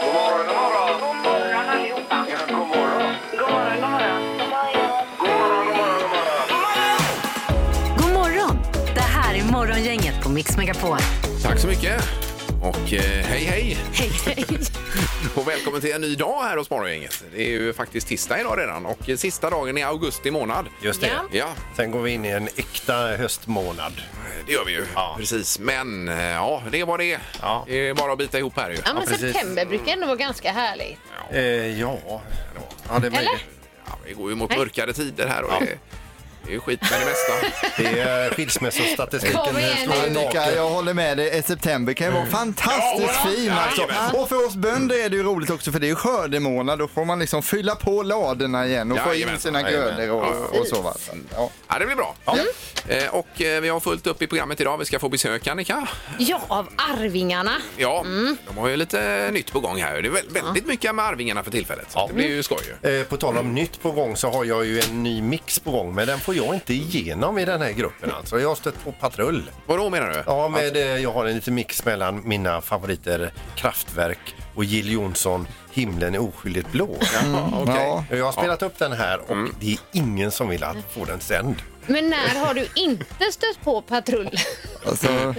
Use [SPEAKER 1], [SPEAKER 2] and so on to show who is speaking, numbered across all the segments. [SPEAKER 1] God morgon, god morgon.
[SPEAKER 2] God morgon allihopa.
[SPEAKER 1] Ja, god morgon.
[SPEAKER 2] God morgon, god morgon.
[SPEAKER 1] God morgon, god morgon, god morgon.
[SPEAKER 3] God morgon! Det här är Morgongänget på Mix Megapol.
[SPEAKER 4] Tack så mycket. Och eh, hej hej
[SPEAKER 3] Hej, hej!
[SPEAKER 4] och välkommen till en ny dag här hos Morgongänget. Det är ju faktiskt tisdag idag redan och eh, sista dagen i augusti månad.
[SPEAKER 5] Just det.
[SPEAKER 3] Ja.
[SPEAKER 4] Ja,
[SPEAKER 5] Sen går vi in i en äkta höstmånad.
[SPEAKER 4] det gör vi ju.
[SPEAKER 5] Ja.
[SPEAKER 4] Precis, men eh, ja, det var det.
[SPEAKER 5] Ja.
[SPEAKER 4] Det är bara att bita ihop här ju.
[SPEAKER 6] Ja, men
[SPEAKER 5] precis.
[SPEAKER 6] september brukar ändå vara ganska härligt.
[SPEAKER 5] Eh, ja. ja, det blir
[SPEAKER 6] Eller?
[SPEAKER 5] det.
[SPEAKER 4] Ja, vi går ju mot mörkare tider här och det, det är ju skit med det mesta.
[SPEAKER 5] Det är skilsmässostatistiken.
[SPEAKER 6] Kom igen
[SPEAKER 5] slår
[SPEAKER 6] nu.
[SPEAKER 7] Annika,
[SPEAKER 5] naken.
[SPEAKER 7] jag håller med dig. Eh, September kan ju
[SPEAKER 5] Mm.
[SPEAKER 7] vara fantastiskt fin alltså. Och för oss bönder är det ju roligt också för det är ju skördemånad. Då får man liksom fylla på ladorna igen och få in
[SPEAKER 4] Jajamensan,
[SPEAKER 7] sina
[SPEAKER 4] jajamän.
[SPEAKER 7] grödor och, och så. va. Så, Ja.
[SPEAKER 4] Ja, det blir bra. Eh, Och eh, vi har fullt upp i programmet idag. Vi ska få besök Annika.
[SPEAKER 6] Ja, av Arvingarna.
[SPEAKER 4] Ja,
[SPEAKER 6] Mm.
[SPEAKER 4] de har ju lite nytt på gång här. Det är vä- väldigt mycket med Arvingarna för tillfället. Det blir ju skoj ju.
[SPEAKER 5] Eh, på tal om nytt på gång så har jag ju en ny mix på gång men den får jag inte igenom i den här gruppen alltså. Jag har stött på patrull.
[SPEAKER 4] Vadå menar du?
[SPEAKER 5] Ja, med, eh, jag har en liten mix mellan mina favoriter Kraftwerk och Jill Johnson Himlen är oskyldigt blå.
[SPEAKER 4] Ja, Mm. okej.
[SPEAKER 7] Mm, Ja.
[SPEAKER 5] Jag har spelat upp den här och det är ingen som vill att få den sänd.
[SPEAKER 4] Mm.
[SPEAKER 6] Men när har du inte stött på patrull?
[SPEAKER 7] Alltså,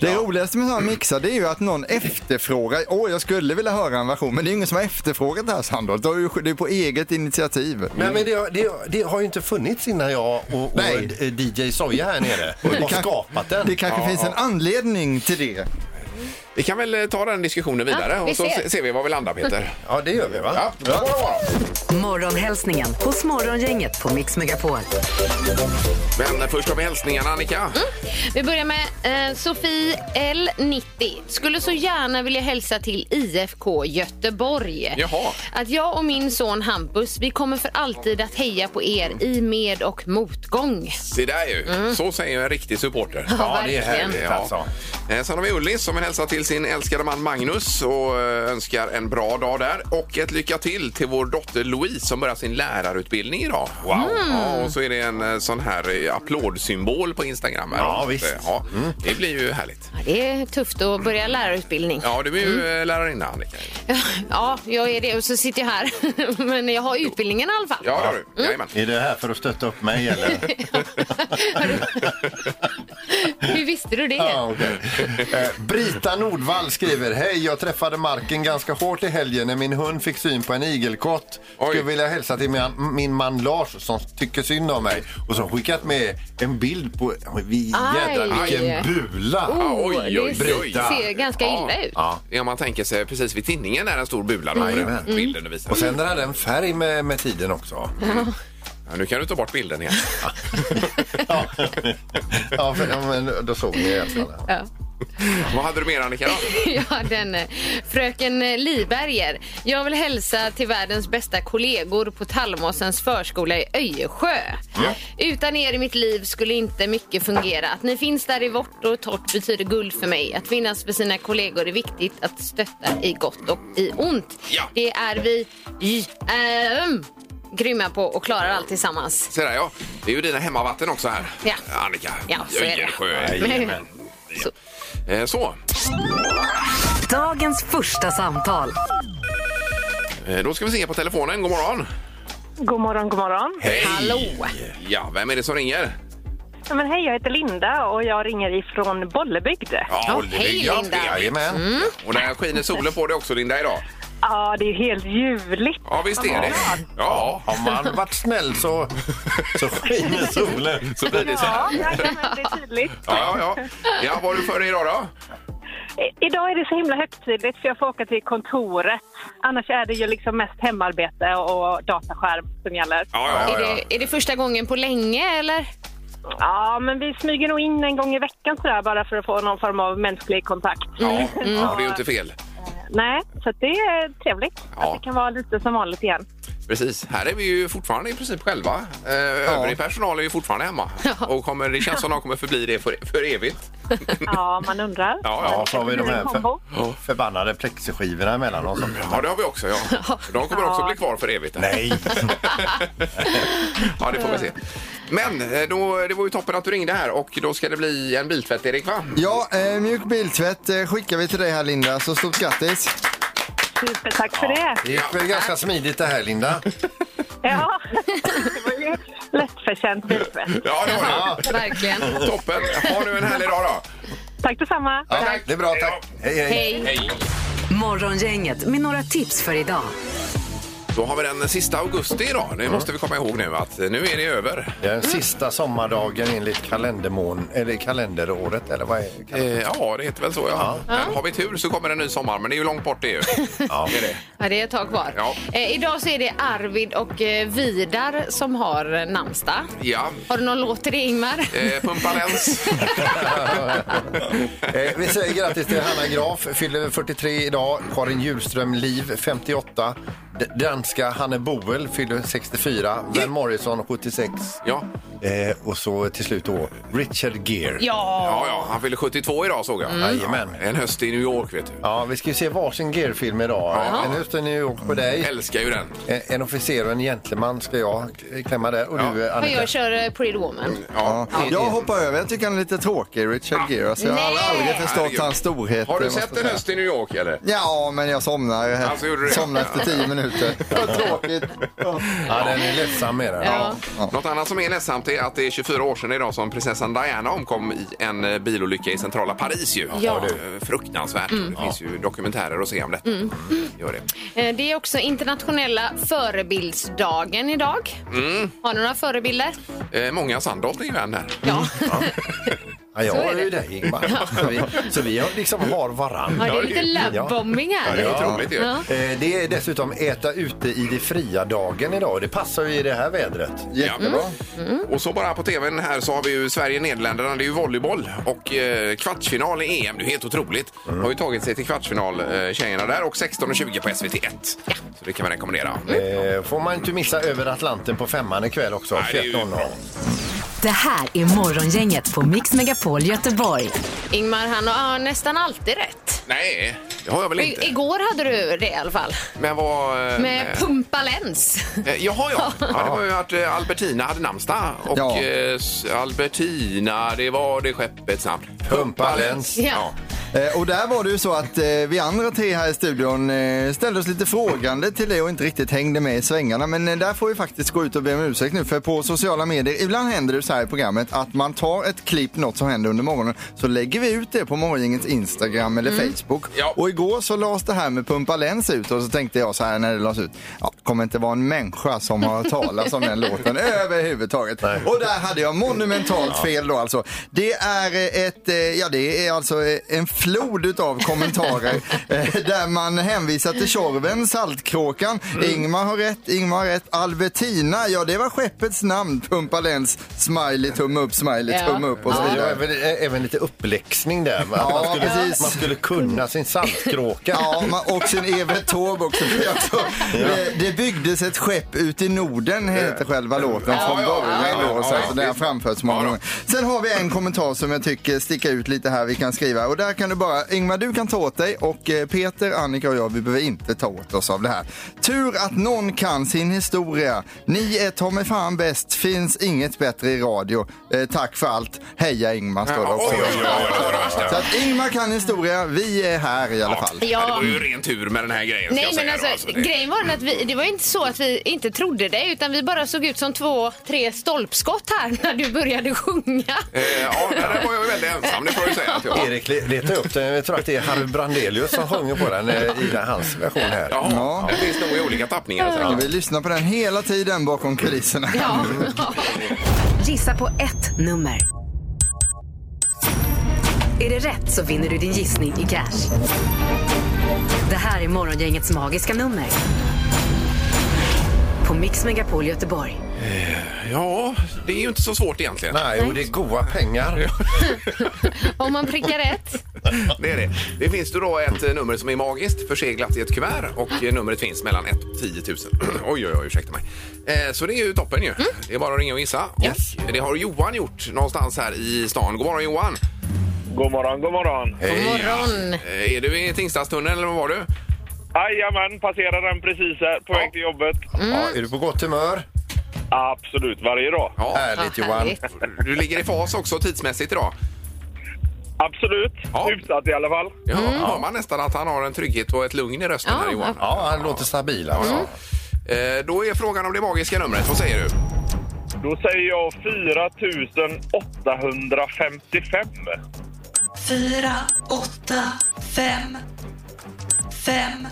[SPEAKER 7] det roligaste med sådana mixar det är ju att någon efterfrågar. Åh, jag skulle vilja höra en version, men det är ju ingen som har efterfrågat det här Sandholt. Det är ju det är på eget initiativ.
[SPEAKER 5] Nej, men det, det, det har ju inte funnits innan jag och, och
[SPEAKER 7] Nej.
[SPEAKER 5] eh, DJ Soja här nere har
[SPEAKER 7] kan-
[SPEAKER 5] skapat den.
[SPEAKER 7] Det kanske
[SPEAKER 5] Ja,
[SPEAKER 7] finns
[SPEAKER 5] ja.
[SPEAKER 7] en anledning till det.
[SPEAKER 4] Vi kan väl eh, ta den diskussionen vidare
[SPEAKER 6] Ja, vi
[SPEAKER 4] och så
[SPEAKER 6] ser.
[SPEAKER 4] se- ser vi var vi landar Peter.
[SPEAKER 5] Ja, det gör vi va?
[SPEAKER 4] Ja, bra, bra, bra.
[SPEAKER 3] Morgonhälsningen hos Morgongänget på Mix Megapol.
[SPEAKER 4] Men eh, först har vi hälsningarna
[SPEAKER 6] Mm.
[SPEAKER 4] Annika.
[SPEAKER 6] Vi börjar med eh, Sofie L90. Skulle så gärna vilja hälsa till IFK Göteborg.
[SPEAKER 4] Jaha.
[SPEAKER 6] Att jag och min son Hampus, vi kommer för alltid att heja på er i med och motgång.
[SPEAKER 4] Se där ju. Så säger en riktig supporter.
[SPEAKER 5] Mm. Ja, det är
[SPEAKER 6] verkligen.
[SPEAKER 5] härligt
[SPEAKER 4] Ja.
[SPEAKER 5] alltså.
[SPEAKER 4] Eh, Sen har vi Ullis som vill hälsa till sin älskade man Magnus och eh, önskar en bra dag där. Och ett lycka till till vår dotter Louise som börjar sin lärarutbildning idag. Wow!
[SPEAKER 5] Mm.
[SPEAKER 4] Ja, och så är det en eh, sån här eh, applådsymbol på Instagram. Här.
[SPEAKER 5] Ja,
[SPEAKER 4] Så att,
[SPEAKER 5] visst.
[SPEAKER 4] eh, Ja, det blir ju härligt.
[SPEAKER 6] Ja, Det är tufft att börja lärarutbildning. Mm.
[SPEAKER 4] Ja, du är ju
[SPEAKER 5] Mm.
[SPEAKER 4] eh, lärarinna Annika.
[SPEAKER 6] Ja, jag är det och så sitter jag här. Men jag har utbildningen i alla fall.
[SPEAKER 4] Ja, det har du. Jajamän.
[SPEAKER 5] Är det här för att stötta upp mig eller?
[SPEAKER 6] Hur visste du det?
[SPEAKER 5] Ja, okej. eh, Brita Nordvall skriver Hej, jag träffade marken ganska hårt i helgen när min hund fick syn på en igelkott.
[SPEAKER 4] Oj.
[SPEAKER 5] Skulle vilja hälsa till min, min man Lars som tycker synd om mig och som skickat med en bild på... Oj, vi- Jädrar
[SPEAKER 6] Aj.
[SPEAKER 5] vilken bula!
[SPEAKER 6] Oh,
[SPEAKER 4] Ah, oj, oj, oj,
[SPEAKER 6] det
[SPEAKER 4] oj.
[SPEAKER 6] ser ganska
[SPEAKER 4] Ja.
[SPEAKER 6] illa ut.
[SPEAKER 5] Ja.
[SPEAKER 4] Ja, man tänker sig precis vid tinningen är en stor bula då,
[SPEAKER 5] Jajamän.
[SPEAKER 4] på bilden du visar.
[SPEAKER 5] Och sen den hade en färg med, med tiden också.
[SPEAKER 4] Ja, nu kan du ta bort bilden igen.
[SPEAKER 5] Ja, ja för, ja, men då såg ni i alla fall.
[SPEAKER 6] Ja.
[SPEAKER 4] Vad hade du mer Annika? Då?
[SPEAKER 6] Ja, den eh, fröken eh, Liberger. Jag vill hälsa till världens bästa kollegor på Tallmåsens förskola i Öjersjö. Utan er i mitt liv skulle inte mycket fungera. Att ni finns där i vårt och torrt betyder guld för mig. Att finnas för sina kollegor är viktigt. Att stötta i gott och i ont.
[SPEAKER 4] Ja.
[SPEAKER 6] Det är vi j- ähm, grymma på och klarar allt tillsammans.
[SPEAKER 4] Se där ja. Det är ju dina hemmavatten också här.
[SPEAKER 6] Ja.
[SPEAKER 4] Annika.
[SPEAKER 6] Ja, så är det.
[SPEAKER 4] Öjersjö.
[SPEAKER 5] Jajamän.
[SPEAKER 4] Eh, Så,
[SPEAKER 3] Dagens första samtal.
[SPEAKER 4] Eh, då ska vi se på telefonen. God morgon!
[SPEAKER 5] Eh.
[SPEAKER 8] God morgon, god morgon.
[SPEAKER 4] Hej!
[SPEAKER 6] Hallå!
[SPEAKER 4] Ja, vem är det som ringer?
[SPEAKER 8] Ja, Men hej, jag heter Linda och jag ringer ifrån Bollebygd.
[SPEAKER 4] Ja,
[SPEAKER 6] hej, Linda. Mm.
[SPEAKER 4] Jajamän. Och där skiner solen på dig också Linda idag.
[SPEAKER 8] Ja, det är ju helt ljuvligt.
[SPEAKER 4] Ja, visst är det. Ja,
[SPEAKER 5] Om man hade varit snäll så, så skiner solen.
[SPEAKER 4] så blir det så
[SPEAKER 8] Ja,
[SPEAKER 4] här.
[SPEAKER 8] jajamän, det är tydligt.
[SPEAKER 4] Ja, ja, ja. Ja, vad har du för dig idag då?
[SPEAKER 8] I- Idag är det så himla högtidligt för jag får åka till kontoret. Annars är det ju liksom mest hemarbete och dataskärm som gäller.
[SPEAKER 4] Ja,
[SPEAKER 6] Är det, är det första gången på länge eller?
[SPEAKER 8] Ja, men vi smyger nog in en gång i veckan sådär bara för att få någon form av mänsklig kontakt.
[SPEAKER 4] Ja,
[SPEAKER 8] Mm.
[SPEAKER 4] ja, det är ju inte fel.
[SPEAKER 8] Nej, så att det är trevligt
[SPEAKER 4] Ja.
[SPEAKER 8] att det kan vara lite som vanligt igen.
[SPEAKER 4] Precis. Här är vi ju fortfarande i princip själva. Eh, Övrig personal är ju fortfarande hemma. Och kommer, det känns som de kommer förbli det för, för evigt.
[SPEAKER 8] Ja, man undrar.
[SPEAKER 4] Ja, ja.
[SPEAKER 5] Ja, så har vi de här
[SPEAKER 8] Kombo.
[SPEAKER 5] för, förbannade plexiskivorna emellan oss.
[SPEAKER 4] Ja, det har vi också. Ja. De kommer också bli kvar för evigt.
[SPEAKER 5] Nej!
[SPEAKER 4] Ja, det får vi se. Men eh, då, det var ju toppen att du ringde här och då ska det bli en biltvätt, Erik, va?
[SPEAKER 7] Ja, eh, mjuk biltvätt eh, skickar vi till dig här Linda, så stort grattis.
[SPEAKER 8] Super, tack för det.
[SPEAKER 5] Det gick väl ganska smidigt det här, Linda?
[SPEAKER 8] Ja, det var ju lättförtjänt biltvätt.
[SPEAKER 4] Ja, det var
[SPEAKER 5] Ja.
[SPEAKER 6] Verkligen.
[SPEAKER 4] det. Toppen. Ha nu en härlig dag då.
[SPEAKER 8] Tack detsamma.
[SPEAKER 5] Ja, det är bra, tack. Hej, hej.
[SPEAKER 6] Hej.
[SPEAKER 3] Morgongänget med några tips för idag.
[SPEAKER 4] Då har vi den sista augusti idag. Det måste vi komma ihåg nu att nu är det över.
[SPEAKER 5] Den sista sommardagen enligt kalendermån, eller kalenderåret, eller vad är det?
[SPEAKER 4] Eh, ja, det heter väl så. Ja. Men har vi tur så kommer en ny sommar, men det är ju långt bort det. Är ju.
[SPEAKER 5] Ja.
[SPEAKER 4] Det är det.
[SPEAKER 6] Ja, det är ett tag kvar.
[SPEAKER 4] Ja.
[SPEAKER 6] Eh, idag så är det Arvid och eh, Vidar som har eh, namnsdag.
[SPEAKER 4] Ja.
[SPEAKER 6] Har du någon låt till det, Ingmar?
[SPEAKER 4] Eh, Pumpa läns.
[SPEAKER 5] Eh, vi säger grattis till Hanna Graf, fyller 43 idag. Karin Hjulström Liv, 58. D- danska Hanne Boel fyller 64. Ben Morrison, 76.
[SPEAKER 4] Ja.
[SPEAKER 5] Eh, och så till slut då Richard Gere.
[SPEAKER 4] Ja, ja, han fyller 72 idag såg jag.
[SPEAKER 5] Mm. Jajamän.
[SPEAKER 4] En höst i New York, vet du.
[SPEAKER 5] Ja, vi ska ju se varsin Gere-film idag.
[SPEAKER 4] Jaha.
[SPEAKER 5] En höst i New York på dig.
[SPEAKER 4] Älskar ju den.
[SPEAKER 5] En- En officer och en gentleman ska jag k- klämma där. Och du,
[SPEAKER 6] Och
[SPEAKER 5] Annika.
[SPEAKER 6] jag kör eh, Pretty Woman.
[SPEAKER 7] Ja. Jag hoppar över, jag tycker han är lite tråkig, Richard Gere. Alltså, jag har
[SPEAKER 6] Nej.
[SPEAKER 7] aldrig förstått
[SPEAKER 4] Herregud.
[SPEAKER 7] hans storhet.
[SPEAKER 4] Har du
[SPEAKER 7] jag måste
[SPEAKER 4] sett en
[SPEAKER 7] säga.
[SPEAKER 4] höst i New York, eller?
[SPEAKER 7] Ja, men jag somnar.
[SPEAKER 4] Alltså, gjorde du det?
[SPEAKER 7] somnar efter tio minuter. Vad tråkigt. Ja.
[SPEAKER 5] Ja, den är ledsam med den.
[SPEAKER 6] Ja.
[SPEAKER 4] Något annat som är ledsamt är att det är 24 år sedan idag som prinsessan Diana omkom i en eh, bilolycka i centrala Paris. Ju.
[SPEAKER 6] Ja. Mm.
[SPEAKER 4] Eh, Fruktansvärt. Det finns ju dokumentärer att se om detta. Gör det.
[SPEAKER 6] Eh, Det är också internationella förebildsdagen idag. Har ni några förebilder?
[SPEAKER 4] Mm. Eh, många Sandholt är ju en här.
[SPEAKER 6] Ja.
[SPEAKER 5] Ja, jag
[SPEAKER 6] Så är
[SPEAKER 5] har ju
[SPEAKER 6] det.
[SPEAKER 5] dig Ingmar. Så vi, så vi har liksom har varann.
[SPEAKER 6] Ja, det är lite lovebombing här.
[SPEAKER 4] Det är otroligt ju.
[SPEAKER 6] Ja.
[SPEAKER 5] Eh, Det är dessutom äta ute i det fria-dagen idag och det passar ju i det här vädret.
[SPEAKER 7] Jättebra.
[SPEAKER 6] Mm.
[SPEAKER 4] Och så bara på tvn här så har vi ju Sverige-Nederländerna, det är ju volleyboll och eh, kvartsfinal i EM, det är helt otroligt.
[SPEAKER 6] Mm.
[SPEAKER 4] Har ju tagit sig till kvartsfinal eh, tjejerna där och 16.20 på SVT1. Så det kan man rekommendera.
[SPEAKER 6] Mm.
[SPEAKER 5] Eh, Får man inte missa över Atlanten på femman ikväll också.
[SPEAKER 4] Nej, det är ju
[SPEAKER 5] 21.00.
[SPEAKER 4] bra.
[SPEAKER 3] Det här är Morgongänget på Mix Megapol Göteborg.
[SPEAKER 6] Ingmar, han har nästan alltid rätt.
[SPEAKER 4] Nej, det har jag väl
[SPEAKER 6] I,
[SPEAKER 4] inte.
[SPEAKER 6] igår hade du det i alla fall.
[SPEAKER 4] Men vad... eh,
[SPEAKER 6] Med Pumpa Lens.
[SPEAKER 4] Eh, Jaha, ja. ja. Det var ju att eh, Albertina hade namnsdag. Och
[SPEAKER 7] Ja.
[SPEAKER 4] eh, s- Albertina, det var det skeppets namn.
[SPEAKER 5] Pumpalens.
[SPEAKER 6] Ja.
[SPEAKER 7] Eh, och där var det ju så att eh, vi andra tre här i studion eh, ställde oss lite frågande till det och inte riktigt hängde med i svängarna. Men eh, där får vi faktiskt gå ut och be om ursäkt nu för på sociala medier, ibland händer det så här i programmet att man tar ett klipp, något som händer under morgonen, så lägger vi ut det på morgongängets Instagram eller Facebook.
[SPEAKER 4] Ja.
[SPEAKER 7] Och igår så lades det här med Pumpa Läns ut och så tänkte jag så här när det lades ut, ja, kommer inte vara en människa som har hört talas om den låten överhuvudtaget. Och där hade jag monumentalt fel då alltså. Det är eh, ett, eh, ja det är alltså eh, en flod utav kommentarer eh, där man hänvisar till Tjorven, Saltkråkan, Ingmar har rätt, Ingmar har rätt, Albertina, ja det var skeppets namn, Pumpa Läns, smiley, tumme upp, smiley,
[SPEAKER 6] Ja.
[SPEAKER 7] tumme upp och så
[SPEAKER 5] Det var
[SPEAKER 7] vidare.
[SPEAKER 5] även, ä- även lite uppläxning där. Att
[SPEAKER 7] Ja,
[SPEAKER 5] man, skulle,
[SPEAKER 7] precis.
[SPEAKER 5] man skulle kunna sin saltkråka.
[SPEAKER 7] Ja, man- och sin Evert Taube också. Det är också- Det, det byggdes ett skepp ut i Norden, heter själva låten
[SPEAKER 4] Eh, Ja,
[SPEAKER 7] från
[SPEAKER 4] ja,
[SPEAKER 7] början.
[SPEAKER 4] ja,
[SPEAKER 7] då, så
[SPEAKER 4] ja,
[SPEAKER 7] att
[SPEAKER 4] ja,
[SPEAKER 7] den har
[SPEAKER 4] visst.
[SPEAKER 7] framförts många
[SPEAKER 4] Ja, då.
[SPEAKER 7] gånger. Sen har vi en kommentar som jag tycker sticker ut lite här vi kan skriva. Och där kan du bara, Ingmar du kan ta åt dig och eh, Peter, Annika och jag vi behöver inte ta åt oss av det här. Tur att någon kan sin historia. Ni är ta mig fan bäst, finns inget bättre i radio. Eh, tack för allt. Heja Ingmar står det
[SPEAKER 4] Ja,
[SPEAKER 7] också.
[SPEAKER 4] oj, oj, oj, oj, det var det värsta.
[SPEAKER 7] Så att Ingmar kan historia, vi är här i alla fall.
[SPEAKER 4] Ja. Det var ju ren tur med den här grejen.
[SPEAKER 6] Nej,
[SPEAKER 4] ska jag
[SPEAKER 6] men
[SPEAKER 4] säga
[SPEAKER 6] alltså,
[SPEAKER 4] då, alltså, det-
[SPEAKER 6] grejen var den att vi, det var inte så att vi inte trodde dig utan vi bara såg ut som två, tre stolpskott här när du började sjunga.
[SPEAKER 4] Eh, ja, där var jag ju väldigt ensam, det får jag ju säga att jag var.
[SPEAKER 5] Erik le- letar upp den. Jag tror att det är Harry Brandelius som sjunger på den eh, i den, hans version här.
[SPEAKER 4] Jaha,
[SPEAKER 7] Ja.
[SPEAKER 4] det finns nog i olika tappningar. säkert.
[SPEAKER 7] Vi lyssnar på den hela tiden bakom kulisserna.
[SPEAKER 6] Ja.
[SPEAKER 3] Gissa på ett nummer. Är det rätt så vinner du din gissning i cash. Det här är Morgongängets magiska nummer. På Mix Megapol Göteborg.
[SPEAKER 6] Eh.
[SPEAKER 4] Ja, det är ju inte så svårt egentligen.
[SPEAKER 5] Nej, och det är goa pengar.
[SPEAKER 6] Om man prickar rätt.
[SPEAKER 4] Det är det. Det finns ju då ett eh, nummer som är magiskt förseglat i ett kuvert och eh, numret finns mellan 1 och 10 000. oj, oj, oj, ursäkta mig. Eh, Så det är ju toppen ju. Det är bara att ringa och gissa.
[SPEAKER 6] Mm. Yes.
[SPEAKER 4] Och det har Johan gjort någonstans här i stan. God morgon Johan!
[SPEAKER 1] God morgon, god morgon.
[SPEAKER 6] God morgon.
[SPEAKER 4] Eh, Är du i Tingstadstunneln eller vad var du?
[SPEAKER 1] Jajamän, passerar den precis här på väg till jobbet.
[SPEAKER 6] Mm.
[SPEAKER 5] Ja, är du på gott humör?
[SPEAKER 1] Absolut, varje dag.
[SPEAKER 4] Ja.
[SPEAKER 5] Härligt Johan.
[SPEAKER 6] härligt.
[SPEAKER 4] Du ligger i fas också tidsmässigt idag.
[SPEAKER 1] Absolut.
[SPEAKER 4] Ja.
[SPEAKER 1] Hyfsat i alla fall.
[SPEAKER 4] Ja, Hör man nästan att han har en trygghet och ett lugn i rösten
[SPEAKER 6] Ja,
[SPEAKER 4] här Johan.
[SPEAKER 5] Mm. Ja, han låter stabil alltså.
[SPEAKER 4] Eh, Då är frågan om det magiska numret. Vad säger du?
[SPEAKER 1] Då säger jag 4855.
[SPEAKER 9] 4, 8, 5, 5.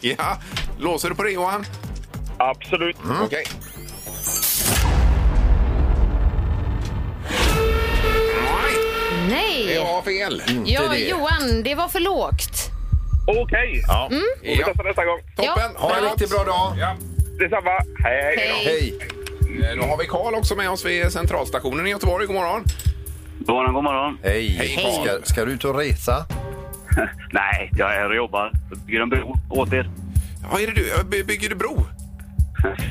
[SPEAKER 4] Ja, låser du på det Johan? Mm.
[SPEAKER 1] Absolut.
[SPEAKER 4] Okej. Nej, det
[SPEAKER 6] Nej!
[SPEAKER 4] var fel.
[SPEAKER 6] Ja,
[SPEAKER 5] Mm, det.
[SPEAKER 6] Johan, det var för lågt.
[SPEAKER 1] Okej.
[SPEAKER 5] Ja.
[SPEAKER 1] Vi
[SPEAKER 4] Ja,
[SPEAKER 1] testar nästa gång.
[SPEAKER 4] toppen.
[SPEAKER 6] Ja,
[SPEAKER 5] Ha en
[SPEAKER 4] det
[SPEAKER 5] riktigt bra dag.
[SPEAKER 4] Ja.
[SPEAKER 1] Detsamma. Hej.
[SPEAKER 6] Hej.
[SPEAKER 5] Hej.
[SPEAKER 4] Eh, Då har vi Karl också med oss vid centralstationen i Göteborg. God morgon.
[SPEAKER 10] God morgon, god morgon.
[SPEAKER 5] Hej.
[SPEAKER 4] Hej, Carl.
[SPEAKER 5] Ska, ska du ut och resa?
[SPEAKER 10] Nej, jag är här och jobbar. Bygger en bro åt er.
[SPEAKER 4] Ja, är det du? By- Bygger du bro?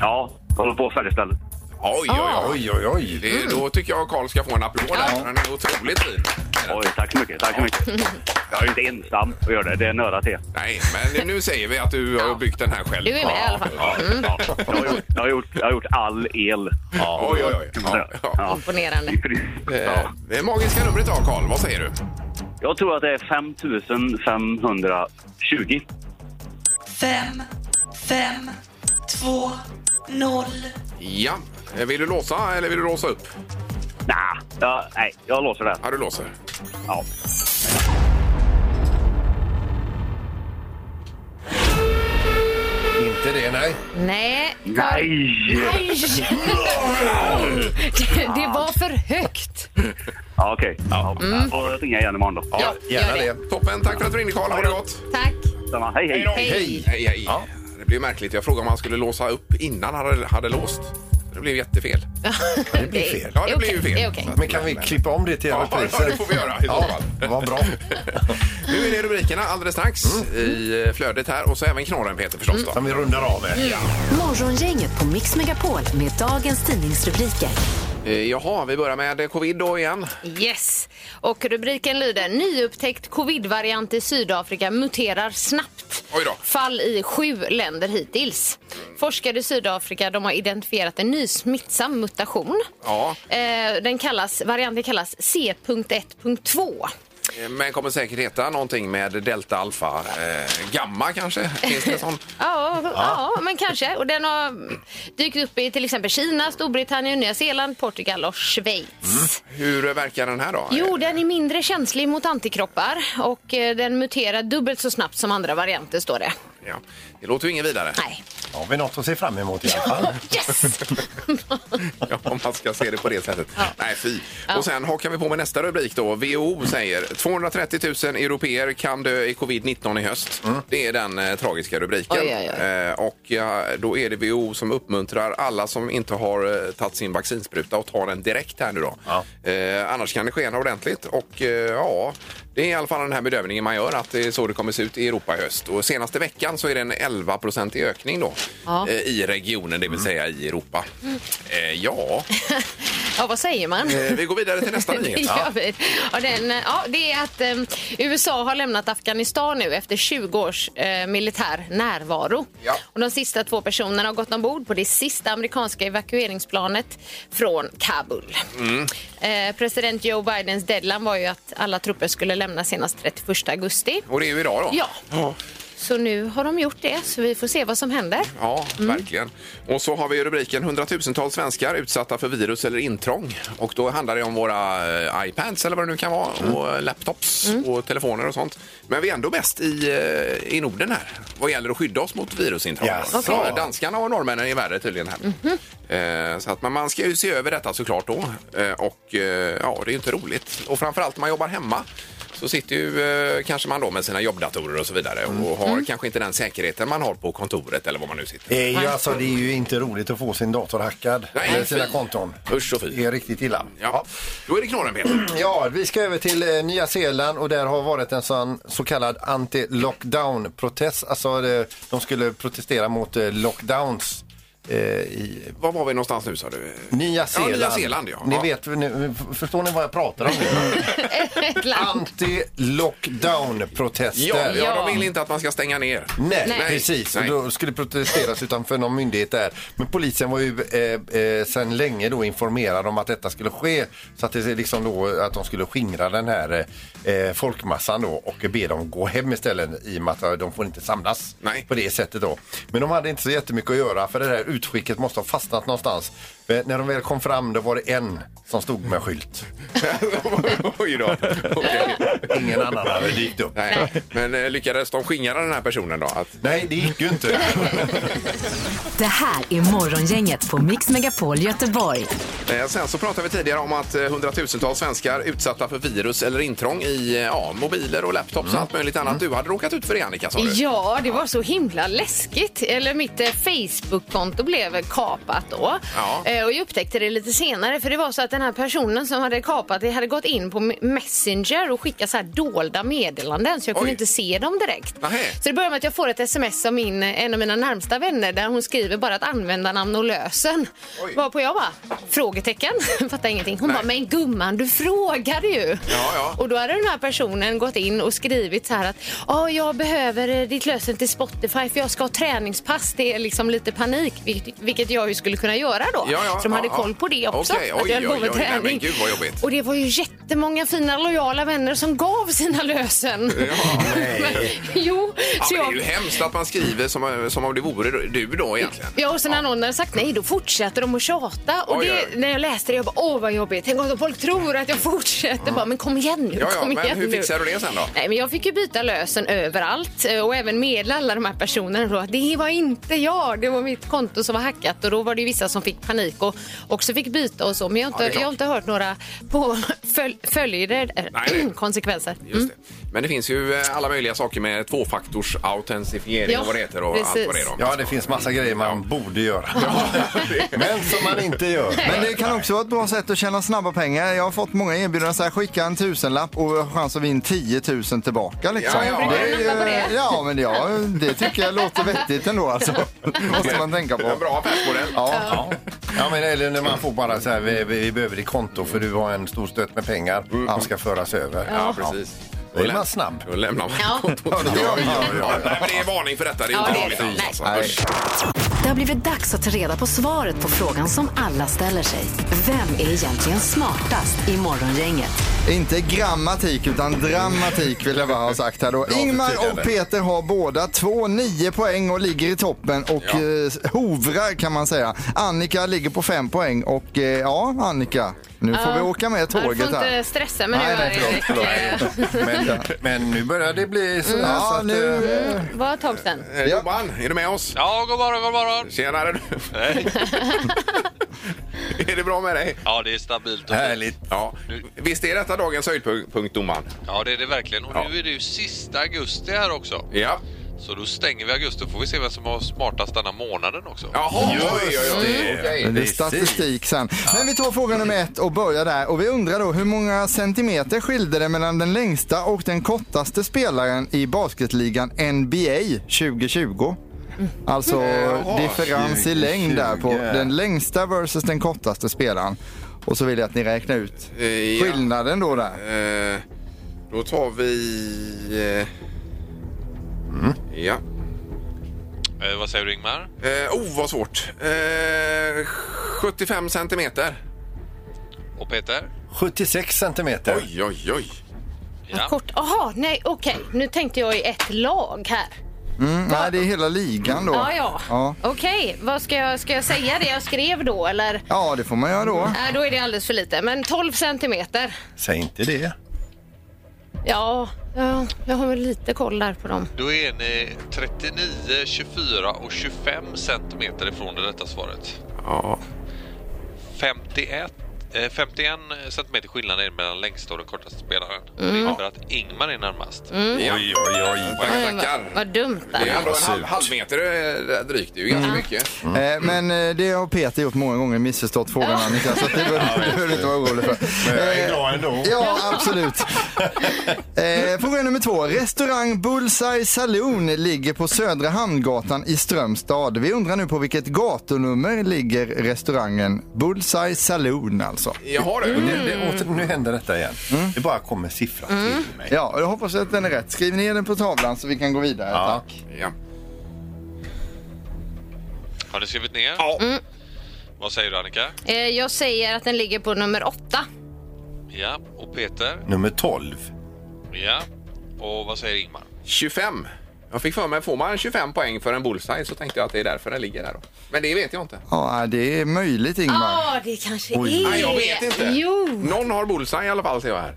[SPEAKER 10] Ja, håller på att färdigställa.
[SPEAKER 4] Oj, oj,
[SPEAKER 6] Ah.
[SPEAKER 4] oj.
[SPEAKER 5] Oj, oj, oj.
[SPEAKER 4] Det,
[SPEAKER 6] Mm.
[SPEAKER 4] Då tycker jag Karl ska få en applåd. Där. Han är otroligt fin.
[SPEAKER 10] Oj, tack så mycket. Tack så mycket. Jag är inte ensam och gör det. Det är några till.
[SPEAKER 4] Nej, men nu säger vi att du har byggt den här själv.
[SPEAKER 6] Du är med i alla fall. Mm.
[SPEAKER 10] Ja, ja. Jag, har gjort, jag, har gjort, jag har gjort all el.
[SPEAKER 4] Ja, oj, oj, oj. Ja, ja.
[SPEAKER 10] Ja.
[SPEAKER 6] Imponerande.
[SPEAKER 4] Eh,
[SPEAKER 10] Ja.
[SPEAKER 4] Det magiska numret då, Karl. Vad säger du?
[SPEAKER 10] Jag tror att det är 5520.
[SPEAKER 9] 5, 5, 2, 0.
[SPEAKER 4] Ja. Eh, Vill du låsa eller vill du låsa upp?
[SPEAKER 10] Nah, ja, nej, jag låser den.
[SPEAKER 4] Ja, du låser.
[SPEAKER 10] Ja.
[SPEAKER 5] Inte det, nej.
[SPEAKER 6] Nej.
[SPEAKER 10] Nej!
[SPEAKER 6] Aj! Det- Det var för högt.
[SPEAKER 10] Ja, okej. Ja. Ja, då ringer jag igen imorgon då.
[SPEAKER 5] Ja, gärna
[SPEAKER 6] gör det.
[SPEAKER 5] det.
[SPEAKER 4] Toppen. Tack för att du ringde, Karl. Ha det gott.
[SPEAKER 6] Tack.
[SPEAKER 10] Samma. Hej, hej.
[SPEAKER 4] Hej. hej, hej. Det blev märkligt. Jag frågade om han skulle låsa upp innan han hade, hade låst. Det blev jättefel.
[SPEAKER 5] Det blir fel.
[SPEAKER 4] Ja, det,
[SPEAKER 6] är
[SPEAKER 4] blev ju
[SPEAKER 6] okej,
[SPEAKER 4] fel.
[SPEAKER 6] det är okej.
[SPEAKER 5] Men kan vi klippa om det till
[SPEAKER 4] Ja,
[SPEAKER 5] överpris?
[SPEAKER 4] ja, det får vi göra i så
[SPEAKER 5] Ja,
[SPEAKER 4] fall.
[SPEAKER 5] vad bra. Mm.
[SPEAKER 4] Nu är det rubrikerna alldeles strax i eh, flödet här och så även knorren Peter förstås. Då.
[SPEAKER 5] Som Mm. vi rundar av med.
[SPEAKER 3] Morgongänget på Mix Megapol med dagens tidningsrubriker.
[SPEAKER 4] Eh, Jaha, vi börjar med eh, covid då igen.
[SPEAKER 6] Yes. Och rubriken lyder Nyupptäckt covid-variant i Sydafrika muterar snabbt.
[SPEAKER 4] Oj då.
[SPEAKER 6] Fall i sju länder hittills. Forskare i Sydafrika de har identifierat en ny smittsam mutation.
[SPEAKER 4] Ja.
[SPEAKER 6] Eh, Den kallas, varianten kallas C.1.2.
[SPEAKER 4] Eh, Men kommer säkert heta någonting med delta, alfa, eh, gamma kanske? Finns det sån? Mm.
[SPEAKER 6] Ja, ja. men kanske. Och den har dykt upp i till exempel Kina, Storbritannien, Nya Zeeland, Portugal och Schweiz.
[SPEAKER 4] Hur verkar den här då?
[SPEAKER 6] Jo, den är mindre känslig mot antikroppar och eh, den muterar dubbelt så snabbt som andra varianter, står det.
[SPEAKER 4] Ja. Det låter ju inget vidare.
[SPEAKER 6] Nej.
[SPEAKER 5] Har vi något att se fram emot i alla fall?
[SPEAKER 6] Yes!
[SPEAKER 4] Ja, om man ska se det på det sättet. Nej, fy. Och sen hakar vi på med nästa rubrik då. WHO säger 230 000 europeer kan dö i covid-19 i höst. Det är den eh, tragiska rubriken.
[SPEAKER 6] Oj, oj, oj.
[SPEAKER 4] Eh, och ja, då är det WHO som uppmuntrar alla som inte har eh, tagit sin vaccinspruta att ta den direkt här nu då. Eh, annars kan det skena ordentligt och eh, ja, det är i alla fall den här bedömningen man gör att det är så det kommer se ut i Europa i höst. Och senaste veckan så är det en 11-procentig ökning då
[SPEAKER 6] Ja.
[SPEAKER 4] eh, i regionen, det vill säga i Europa. Eh, ja,
[SPEAKER 6] Ja, vad säger man?
[SPEAKER 4] Eh, vi går vidare till nästa
[SPEAKER 6] Det
[SPEAKER 4] nyhet.
[SPEAKER 6] gör Mm. vi. Och den, eh, ja, det är att eh, USA har lämnat Afghanistan nu efter 20 års eh, militär närvaro.
[SPEAKER 4] Ja.
[SPEAKER 6] Och de sista två personerna har gått ombord på det sista amerikanska evakueringsplanet från Kabul. Eh, president Joe Bidens deadline var ju att alla trupper skulle lämna senast 31 augusti.
[SPEAKER 4] Och det är ju idag då.
[SPEAKER 6] Ja. Så nu har de gjort det, så vi får se vad som händer.
[SPEAKER 4] Ja,
[SPEAKER 6] Mm.
[SPEAKER 4] verkligen. Och så har vi rubriken hundratusentals svenskar utsatta för virus eller intrång. Och då handlar det om våra eh, iPads eller vad det nu kan vara
[SPEAKER 6] Mm.
[SPEAKER 4] och laptops och telefoner och sånt. Men vi är ändå bäst i, eh, i Norden här vad gäller att skydda oss mot virusintrång.
[SPEAKER 5] Jaså.
[SPEAKER 4] Så, eh, Danskarna och norrmännen är värre tydligen här.
[SPEAKER 6] Mm-hmm.
[SPEAKER 4] Eh, Så att man, man ska ju se över detta såklart då. Eh, Och eh, ja, det är ju inte roligt. Och framförallt när man jobbar hemma så sitter ju eh, kanske man då med sina jobbdatorer och så vidare
[SPEAKER 5] Mm.
[SPEAKER 4] och har kanske inte den säkerheten man har på kontoret eller var man nu sitter.
[SPEAKER 5] Det är, ju, alltså, det är ju inte roligt att få sin dator hackad.
[SPEAKER 4] Nej,
[SPEAKER 5] eller sina
[SPEAKER 4] fy.
[SPEAKER 5] konton.
[SPEAKER 4] Usch och fy.
[SPEAKER 5] Det är riktigt illa.
[SPEAKER 4] Ja. Då är det knorren, Peter.
[SPEAKER 5] Ja, vi ska över till eh, Nya Zeeland och där har varit en sån så kallad anti-lockdown-protest. Alltså eh, de skulle protestera mot eh, lockdowns. eh, i
[SPEAKER 4] Var var vi någonstans nu sa du?
[SPEAKER 5] Nya
[SPEAKER 4] Ja,
[SPEAKER 5] Zeeland.
[SPEAKER 4] Nya Zeeland ja.
[SPEAKER 5] Ni
[SPEAKER 4] ja.
[SPEAKER 5] vet, nu, förstår ni vad jag pratar om nu?
[SPEAKER 6] Ett land.
[SPEAKER 5] Anti-lockdown-protester.
[SPEAKER 4] Ja, ja,
[SPEAKER 6] Ja.
[SPEAKER 4] de vill inte att man ska stänga ner.
[SPEAKER 5] Nej,
[SPEAKER 6] Nej.
[SPEAKER 5] precis.
[SPEAKER 4] Nej.
[SPEAKER 5] Och då skulle protesteras utanför någon myndighet där. Men polisen var ju eh, eh, sedan länge då informerad om att detta skulle ske. Så att det är liksom då att de skulle skingra den här eh, folkmassan då och be dem gå hem istället i och med att eh, de får inte samlas
[SPEAKER 4] Nej.
[SPEAKER 5] på det sättet då. Men de hade inte så jättemycket att göra för det här utskicket måste ha fastnat någonstans. Men när de väl kom fram då var det en som stod med skylt.
[SPEAKER 4] Oj då. Okej.
[SPEAKER 5] Ingen annan hade dykt upp.
[SPEAKER 4] Nej. Men eh, lyckades de skingra den här personen då? Att...
[SPEAKER 5] Nej, det gick ju inte.
[SPEAKER 3] Det här är Morgongänget på Mix Megapol Göteborg.
[SPEAKER 4] Eh, Sen så pratade vi tidigare om att eh, hundratusentals svenskar utsatta för virus eller intrång i eh, ja, mobiler och laptops och allt möjligt annat. Du hade råkat ut för det Annika sa du?
[SPEAKER 6] Mm. Ja, det var så himla läskigt. Eller mitt eh, Facebook-konto blev kapat då.
[SPEAKER 4] Ja.
[SPEAKER 6] Eh, Och jag upptäckte det lite senare för det var så att den här personen som hade kapat det hade gått in på Me- Messenger och skickat så här dolda meddelanden så jag kunde
[SPEAKER 4] Oj.
[SPEAKER 6] inte se dem direkt.
[SPEAKER 4] Nähä.
[SPEAKER 6] Så det börjar med att jag får ett sms av min, en av mina närmsta vänner där hon skriver bara ett användarnamn och lösen.
[SPEAKER 4] Oj.
[SPEAKER 6] Varpå jag bara, frågetecken, fattar ingenting. Hon
[SPEAKER 4] Nej.
[SPEAKER 6] bara, men gumman du frågade ju.
[SPEAKER 4] Ja, ja.
[SPEAKER 6] Och då hade den här personen gått in och skrivit så här att ja, jag behöver eh, ditt lösen till Spotify för jag ska ha träningspass. Det är liksom lite panik, vilket, vilket jag ju skulle kunna göra då.
[SPEAKER 4] Ja, ja,
[SPEAKER 6] så de hade
[SPEAKER 4] ja, ja.
[SPEAKER 6] koll på det också.
[SPEAKER 4] Okej,
[SPEAKER 6] att
[SPEAKER 4] oj,
[SPEAKER 6] jag höll på
[SPEAKER 4] oj,
[SPEAKER 6] med
[SPEAKER 4] oj, nej, men
[SPEAKER 6] träning.
[SPEAKER 4] gud, vad jobbigt.
[SPEAKER 6] Och det var ju jättemånga fina lojala vänner som gav sina lösen.
[SPEAKER 4] Ja,
[SPEAKER 6] jo,
[SPEAKER 4] Ja,
[SPEAKER 6] så
[SPEAKER 4] men det är ju
[SPEAKER 6] jag...
[SPEAKER 4] hemskt att man skriver som, som om det vore du då egentligen.
[SPEAKER 6] Ja, och sen när någon hade sagt nej, då fortsätter de att tjata. Och
[SPEAKER 4] Oj,
[SPEAKER 6] det,
[SPEAKER 4] oj, oj.
[SPEAKER 6] när jag läste det, jag bara, åh vad jobbigt. Tänk om folk tror att jag fortsätter. Bara, men kom igen nu,
[SPEAKER 4] Ja, ja,
[SPEAKER 6] kom
[SPEAKER 4] men
[SPEAKER 6] igen
[SPEAKER 4] hur
[SPEAKER 6] nu.
[SPEAKER 4] fixar du det sen då?
[SPEAKER 6] Nej, men jag fick ju byta lösen överallt eh, och även meddela alla de här personerna då att det var inte jag, det var mitt konto som var hackat och då var det ju vissa som fick panik och också fick byta och så. Men jag har
[SPEAKER 4] Ja,
[SPEAKER 6] inte,
[SPEAKER 4] det är klart.
[SPEAKER 6] jag har inte hört några på föl, följder, eh,
[SPEAKER 4] nej.
[SPEAKER 6] konsekvenser. Mm.
[SPEAKER 4] Just det. Men det finns ju eh, alla möjliga saker med tvåfaktorsautentifiering
[SPEAKER 6] Ja,
[SPEAKER 4] och vad det heter och allt
[SPEAKER 6] precis.
[SPEAKER 4] vad det är. då.
[SPEAKER 5] Ja, det finns massa grejer man borde göra. Men som man inte gör.
[SPEAKER 7] Men det kan också vara ett bra sätt att tjäna snabba pengar. Jag har fått många erbjudanden så här, skicka en tusenlapp och chans att vinna 10 000 tillbaka liksom.
[SPEAKER 4] Ja, ja.
[SPEAKER 7] det, är ju-
[SPEAKER 6] Vad var det?
[SPEAKER 7] ja, men ja, det tycker jag låter vettigt ändå alltså. Måste man tänka
[SPEAKER 4] En
[SPEAKER 7] på.
[SPEAKER 4] bra affärsmodell.
[SPEAKER 7] Ja.
[SPEAKER 5] Ja, men eller när man får bara så här, vi, vi vi behöver ditt konto för du har en stor stöt med pengar som ska föras över.
[SPEAKER 4] Mm. Ja, precis.
[SPEAKER 5] Då är man snabb.
[SPEAKER 4] Då lämnar man
[SPEAKER 6] Ja.
[SPEAKER 4] kontoret.
[SPEAKER 7] Ja, ja, ja.
[SPEAKER 4] Ja, nej, men det är varning för detta. Det är ju
[SPEAKER 6] Ja,
[SPEAKER 4] inte
[SPEAKER 6] det är
[SPEAKER 4] roligt
[SPEAKER 6] det.
[SPEAKER 4] alls.
[SPEAKER 6] Nej.
[SPEAKER 4] Alltså. Usch.
[SPEAKER 7] Nej.
[SPEAKER 3] Det har blivit dags att ta reda på svaret på frågan som alla ställer sig. Vem är egentligen smartast i Morgongänget?
[SPEAKER 7] Inte grammatik utan dramatik vill jag bara ha sagt här då. Ingmar och Peter har båda två nio poäng och ligger i toppen och
[SPEAKER 4] Ja.
[SPEAKER 7] eh, hovrar kan man säga. Annika ligger på fem poäng och eh, ja Annika, nu får vi åka med
[SPEAKER 6] Ja, Du
[SPEAKER 7] tåget
[SPEAKER 6] får inte
[SPEAKER 7] här.
[SPEAKER 6] stressa med
[SPEAKER 7] Nej,
[SPEAKER 6] det,
[SPEAKER 7] nej, förlåt,
[SPEAKER 6] Erik.
[SPEAKER 7] förlåt.
[SPEAKER 5] Men, men nu börjar det bli sådär. så
[SPEAKER 7] Ja,
[SPEAKER 5] att,
[SPEAKER 7] nu...
[SPEAKER 5] eh,
[SPEAKER 7] eh,
[SPEAKER 6] Vad har Torsten?
[SPEAKER 4] Eh, Johan, är du med oss?
[SPEAKER 10] Ja, god morgon, god morgon.
[SPEAKER 4] Tjenare du! är det bra med dig?
[SPEAKER 10] Ja, det är stabilt.
[SPEAKER 5] Härligt.
[SPEAKER 4] Ja. Visst är detta dagens höjdpunkt, domaren?
[SPEAKER 10] Ja, det är det verkligen. Och
[SPEAKER 4] Ja.
[SPEAKER 10] nu är det ju sista augusti här också.
[SPEAKER 4] Ja.
[SPEAKER 10] Så då stänger vi augusti och får vi se vem som var smartast denna månaden också.
[SPEAKER 4] Jaha, oj, oj, oj.
[SPEAKER 5] Okej,
[SPEAKER 7] Det är
[SPEAKER 5] precis.
[SPEAKER 7] statistik sen. Men vi tar fråga nummer ett och börjar där. Och vi undrar då hur många centimeter skilde det mellan den längsta och den kortaste spelaren i basketligan NBA 2020? Alltså differens i längd där på
[SPEAKER 5] 2020.
[SPEAKER 7] den längsta versus den kortaste spelaren. Och så vill jag att ni räknar ut
[SPEAKER 4] Eh, ja.
[SPEAKER 7] skillnaden då där.
[SPEAKER 4] Eh, Då tar vi... eh, Ja.
[SPEAKER 10] Eh, vad säger du Ingmar?
[SPEAKER 4] Eh, oh, vad svårt. Eh, 75 centimeter.
[SPEAKER 10] Och Peter?
[SPEAKER 5] 76 centimeter.
[SPEAKER 4] Oj, oj, oj.
[SPEAKER 10] Ja.
[SPEAKER 6] Kort. Aha, nej, okej. Nu tänkte jag i ett lag här.
[SPEAKER 7] Mm, nej, det är hela ligan då.
[SPEAKER 6] Ja, ja. Okej, vad ska jag, ska jag säga det jag skrev då eller?
[SPEAKER 7] Ja, det får man göra då.
[SPEAKER 6] Nej, då är det alldeles för lite. Men 12 centimeter.
[SPEAKER 5] Säg inte det.
[SPEAKER 6] Ja, ja, jag har väl lite koll där på dem.
[SPEAKER 10] Då är ni 39, 24 och 25 centimeter ifrån det rätta svaret.
[SPEAKER 4] Ja.
[SPEAKER 10] 51,
[SPEAKER 11] Eh, 51 centimeter skillnad är det mellan längsta och den kortaste spelaren.
[SPEAKER 7] Mm.
[SPEAKER 11] Det innebär att Ingmar är närmast.
[SPEAKER 6] Mm.
[SPEAKER 4] Oj, oj, oj.
[SPEAKER 6] Oj, vad, vad dumt.
[SPEAKER 4] Det är ändå en halv,
[SPEAKER 7] Surt.
[SPEAKER 4] halv meter eh, drygt. Det är ju ganska mycket.
[SPEAKER 7] Eh, Men eh, det har Peter gjort många gånger, missförstått frågan Annika, så att det behöver du behöver inte vara orolig för.
[SPEAKER 5] Men jag är
[SPEAKER 7] Eh,
[SPEAKER 5] glad ändå.
[SPEAKER 7] Ja, absolut. Eh, fråga nummer två. Restaurang Bullseye Saloon ligger på Södra Hamngatan i Strömstad. Vi undrar nu på vilket gatunummer ligger restaurangen Bullseye Saloon alltså.
[SPEAKER 4] Jaha du.
[SPEAKER 5] Det, det, åter, nu händer detta igen.
[SPEAKER 7] Mm.
[SPEAKER 5] Det bara kommer siffran till mig.
[SPEAKER 7] Ja, jag hoppas att den är rätt. Skriv ner den på tavlan så vi kan gå vidare.
[SPEAKER 5] Ja.
[SPEAKER 7] Tack.
[SPEAKER 4] Ja.
[SPEAKER 11] Har ni skrivit ner?
[SPEAKER 4] Ja.
[SPEAKER 7] Mm.
[SPEAKER 11] Vad säger du Annika?
[SPEAKER 6] Eh, Jag säger att den ligger på nummer åtta.
[SPEAKER 11] Ja. Och Peter?
[SPEAKER 5] Nummer 12.
[SPEAKER 11] Ja. Och vad säger Ingmar?
[SPEAKER 4] 25. Jag fick för mig, får man 25 poäng för en bullseye så tänkte jag att det är därför den ligger där då. Men det vet jag inte.
[SPEAKER 7] Ja, det är möjligt Ingmar.
[SPEAKER 6] Ja, Ah, det kanske är.
[SPEAKER 4] Nej, jag vet inte.
[SPEAKER 6] Jo.
[SPEAKER 4] Någon har bullseye i alla fall ser jag här.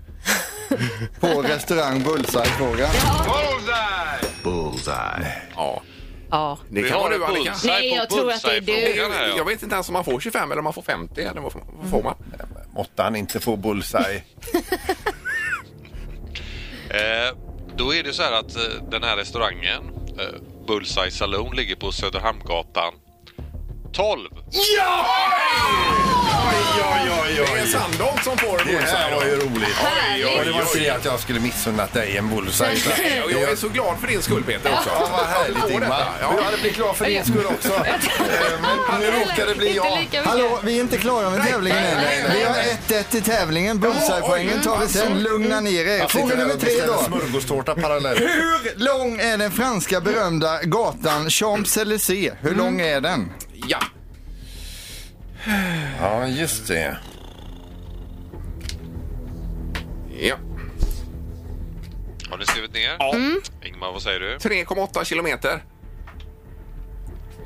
[SPEAKER 7] På restaurang Bullseye-frågan.
[SPEAKER 4] Ja,
[SPEAKER 6] Ja.
[SPEAKER 4] det
[SPEAKER 11] Vi
[SPEAKER 4] kan
[SPEAKER 11] har
[SPEAKER 4] vara
[SPEAKER 11] en
[SPEAKER 4] du Annika.
[SPEAKER 11] bullseye
[SPEAKER 6] Nej,
[SPEAKER 11] på
[SPEAKER 6] jag tror att det är
[SPEAKER 11] bullseye-frågan
[SPEAKER 6] du.
[SPEAKER 11] här, ja.
[SPEAKER 4] Jag vet inte ens om man får 25 eller om man får 50 eller vad får man? Vad får man?
[SPEAKER 5] Måtte han inte få bullseye.
[SPEAKER 11] Eh, då är det så här att eh, den här restaurangen, eh, Bullseye Saloon, ligger på Söderhamngatan 12.
[SPEAKER 5] Oj, oj, oj,
[SPEAKER 4] Det är Sandholt som får en
[SPEAKER 5] Det här var ju
[SPEAKER 4] bullseye. då.
[SPEAKER 5] roligt.
[SPEAKER 6] Härligt.
[SPEAKER 5] Och det var synd att jag skulle missunnat dig en bullseye. Så-
[SPEAKER 4] Och jag är så glad för din skull Peter också.
[SPEAKER 5] Ja, vad härligt Ingmar. Jag hade blivit glad för din skull också. Eh, Men nu råkar det bli jag.
[SPEAKER 6] Inte lika
[SPEAKER 7] Hallå,
[SPEAKER 6] mycket.
[SPEAKER 7] vi är inte klara med tävlingen än.
[SPEAKER 4] nej, nej,
[SPEAKER 7] Vi har
[SPEAKER 4] nej. Alltså,
[SPEAKER 7] 1-1 i tävlingen. Bullseye-poängen tar vi sen. Lugna ner er.
[SPEAKER 5] Mm. Jag sitter
[SPEAKER 7] Fråga
[SPEAKER 5] där
[SPEAKER 7] nummer
[SPEAKER 5] och
[SPEAKER 7] tre
[SPEAKER 5] beställer
[SPEAKER 7] då.
[SPEAKER 5] Smörgåstårta parallellt.
[SPEAKER 7] Hur lång är den franska berömda gatan Champs-Élysées? Hur lång är den?
[SPEAKER 4] Ja.
[SPEAKER 5] Ja, just det.
[SPEAKER 4] ja.
[SPEAKER 11] Har ni skrivit ner?
[SPEAKER 4] ja. Mm.
[SPEAKER 11] Ingmar, vad säger du?
[SPEAKER 4] 3,8 kilometer.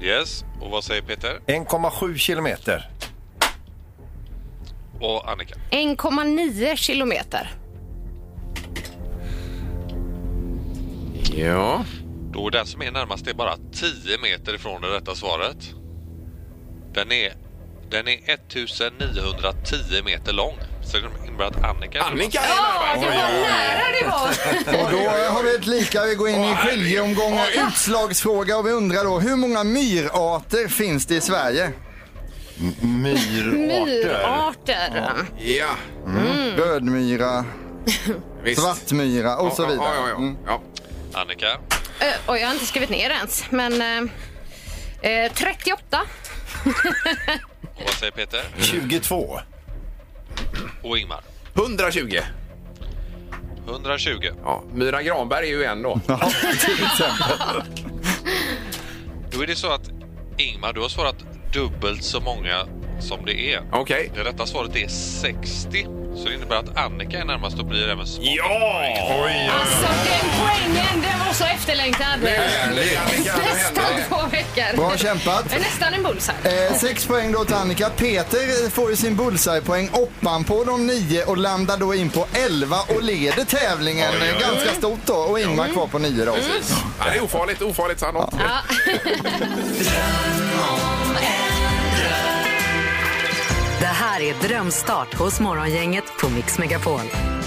[SPEAKER 11] Yes. Och vad säger Peter?
[SPEAKER 5] 1,7 kilometer.
[SPEAKER 11] Och Annika?
[SPEAKER 6] 1,9 kilometer.
[SPEAKER 4] Ja.
[SPEAKER 11] Då den som är närmast är bara 10 meter ifrån det rätta svaret. Den är, den är 1910 meter lång. Så det innebär att Annika är
[SPEAKER 4] Annika
[SPEAKER 11] närmast.
[SPEAKER 4] är närmast.
[SPEAKER 6] Vad nära det var!
[SPEAKER 7] Och då har vi ett lika. Vi går in i skiljeomgången. Utslagsfråga och vi undrar då hur många myrarter finns det i Sverige?
[SPEAKER 4] Mm,
[SPEAKER 5] Myrarter.
[SPEAKER 6] Myrarter.
[SPEAKER 4] Ja.
[SPEAKER 6] Mm.
[SPEAKER 7] Rödmyra,
[SPEAKER 4] Visst.
[SPEAKER 7] svartmyra och så vidare.
[SPEAKER 4] Ja, ja, ja.
[SPEAKER 7] Mm.
[SPEAKER 4] ja.
[SPEAKER 11] Annika?
[SPEAKER 6] Ö, Eh, Oj, jag har inte skrivit ner ens. Men eh, eh, 38.
[SPEAKER 11] Och vad säger Peter?
[SPEAKER 5] 22.
[SPEAKER 11] Och Ingmar?
[SPEAKER 4] 120.
[SPEAKER 11] 120.
[SPEAKER 4] Ja. Myra Granberg är ju en då.
[SPEAKER 11] Då är det så att Ingmar, du har svarat dubbelt så många som det är.
[SPEAKER 4] Okej.
[SPEAKER 11] Det rätta svaret är 60. Så det innebär att Annika är närmast och blir även smart.
[SPEAKER 4] Ja!
[SPEAKER 5] Oj,
[SPEAKER 6] Alltså den poängen, den var så efterlängtad.
[SPEAKER 4] Härligt, Annika. Nu händer
[SPEAKER 6] Nästan
[SPEAKER 4] det.
[SPEAKER 6] två veckor.
[SPEAKER 7] Bra kämpat.
[SPEAKER 6] Det är Nästan en bullseye.
[SPEAKER 7] Eh, sex poäng då till Annika. Peter får ju sin bullseye-poäng ovanpå de nio och landar då in på 11 och leder tävlingen. Ganska stort då. Och Ingmar kvar på nio då.
[SPEAKER 4] Ja, det är ofarligt, ofarligt Sandholt.
[SPEAKER 6] Mm. Ja.
[SPEAKER 3] Det här är Drömstart hos Morgongänget på Mix Megapol.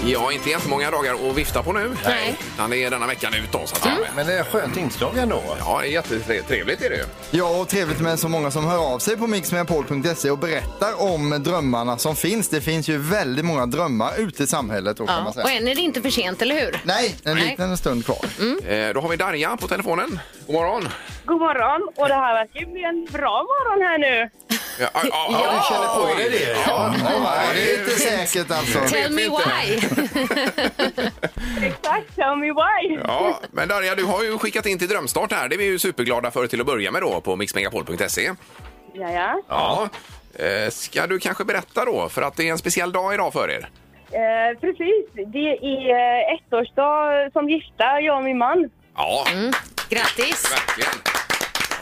[SPEAKER 4] Ja, inte jättemånga dagar att vifta på nu.
[SPEAKER 6] Nej.
[SPEAKER 4] Utan det är denna veckan ut då, så att säga.
[SPEAKER 5] Men det är ett skönt inslag ändå.
[SPEAKER 4] Ja, det är jättetrevligt är det ju.
[SPEAKER 7] Ja, och trevligt med så många som hör av sig på mixmegapol.se och berättar om drömmarna som finns. Det finns ju väldigt många drömmar ute i samhället då, kan
[SPEAKER 6] Ja.
[SPEAKER 7] man
[SPEAKER 6] Och
[SPEAKER 7] säga.
[SPEAKER 6] än är det inte för sent, eller hur?
[SPEAKER 7] Nej, en
[SPEAKER 6] Nej.
[SPEAKER 7] liten stund kvar.
[SPEAKER 4] Eh, då har vi Darja på telefonen. God morgon!
[SPEAKER 8] God morgon! Och det här verkar ju bli en bra morgon här nu.
[SPEAKER 4] Ja, ja, ja, ja, du känner på dig det? Ja,
[SPEAKER 7] Ja, det är inte säkert alltså.
[SPEAKER 6] Tell me
[SPEAKER 4] vi inte.
[SPEAKER 6] why.
[SPEAKER 8] Exakt, tell me why!
[SPEAKER 4] Ja, men Darja, du har ju skickat in till Drömstart här. Det är vi ju superglada för till att börja med då på mixmegapol.se.
[SPEAKER 8] Ja, ja.
[SPEAKER 4] Ja. Eh, ska du kanske berätta då, för att det är en speciell dag idag för er.
[SPEAKER 8] Eh, precis, det är eh, ettårsdag som gifta, jag och min man.
[SPEAKER 4] Ja,
[SPEAKER 7] Mm.
[SPEAKER 6] Grattis!
[SPEAKER 4] verkligen.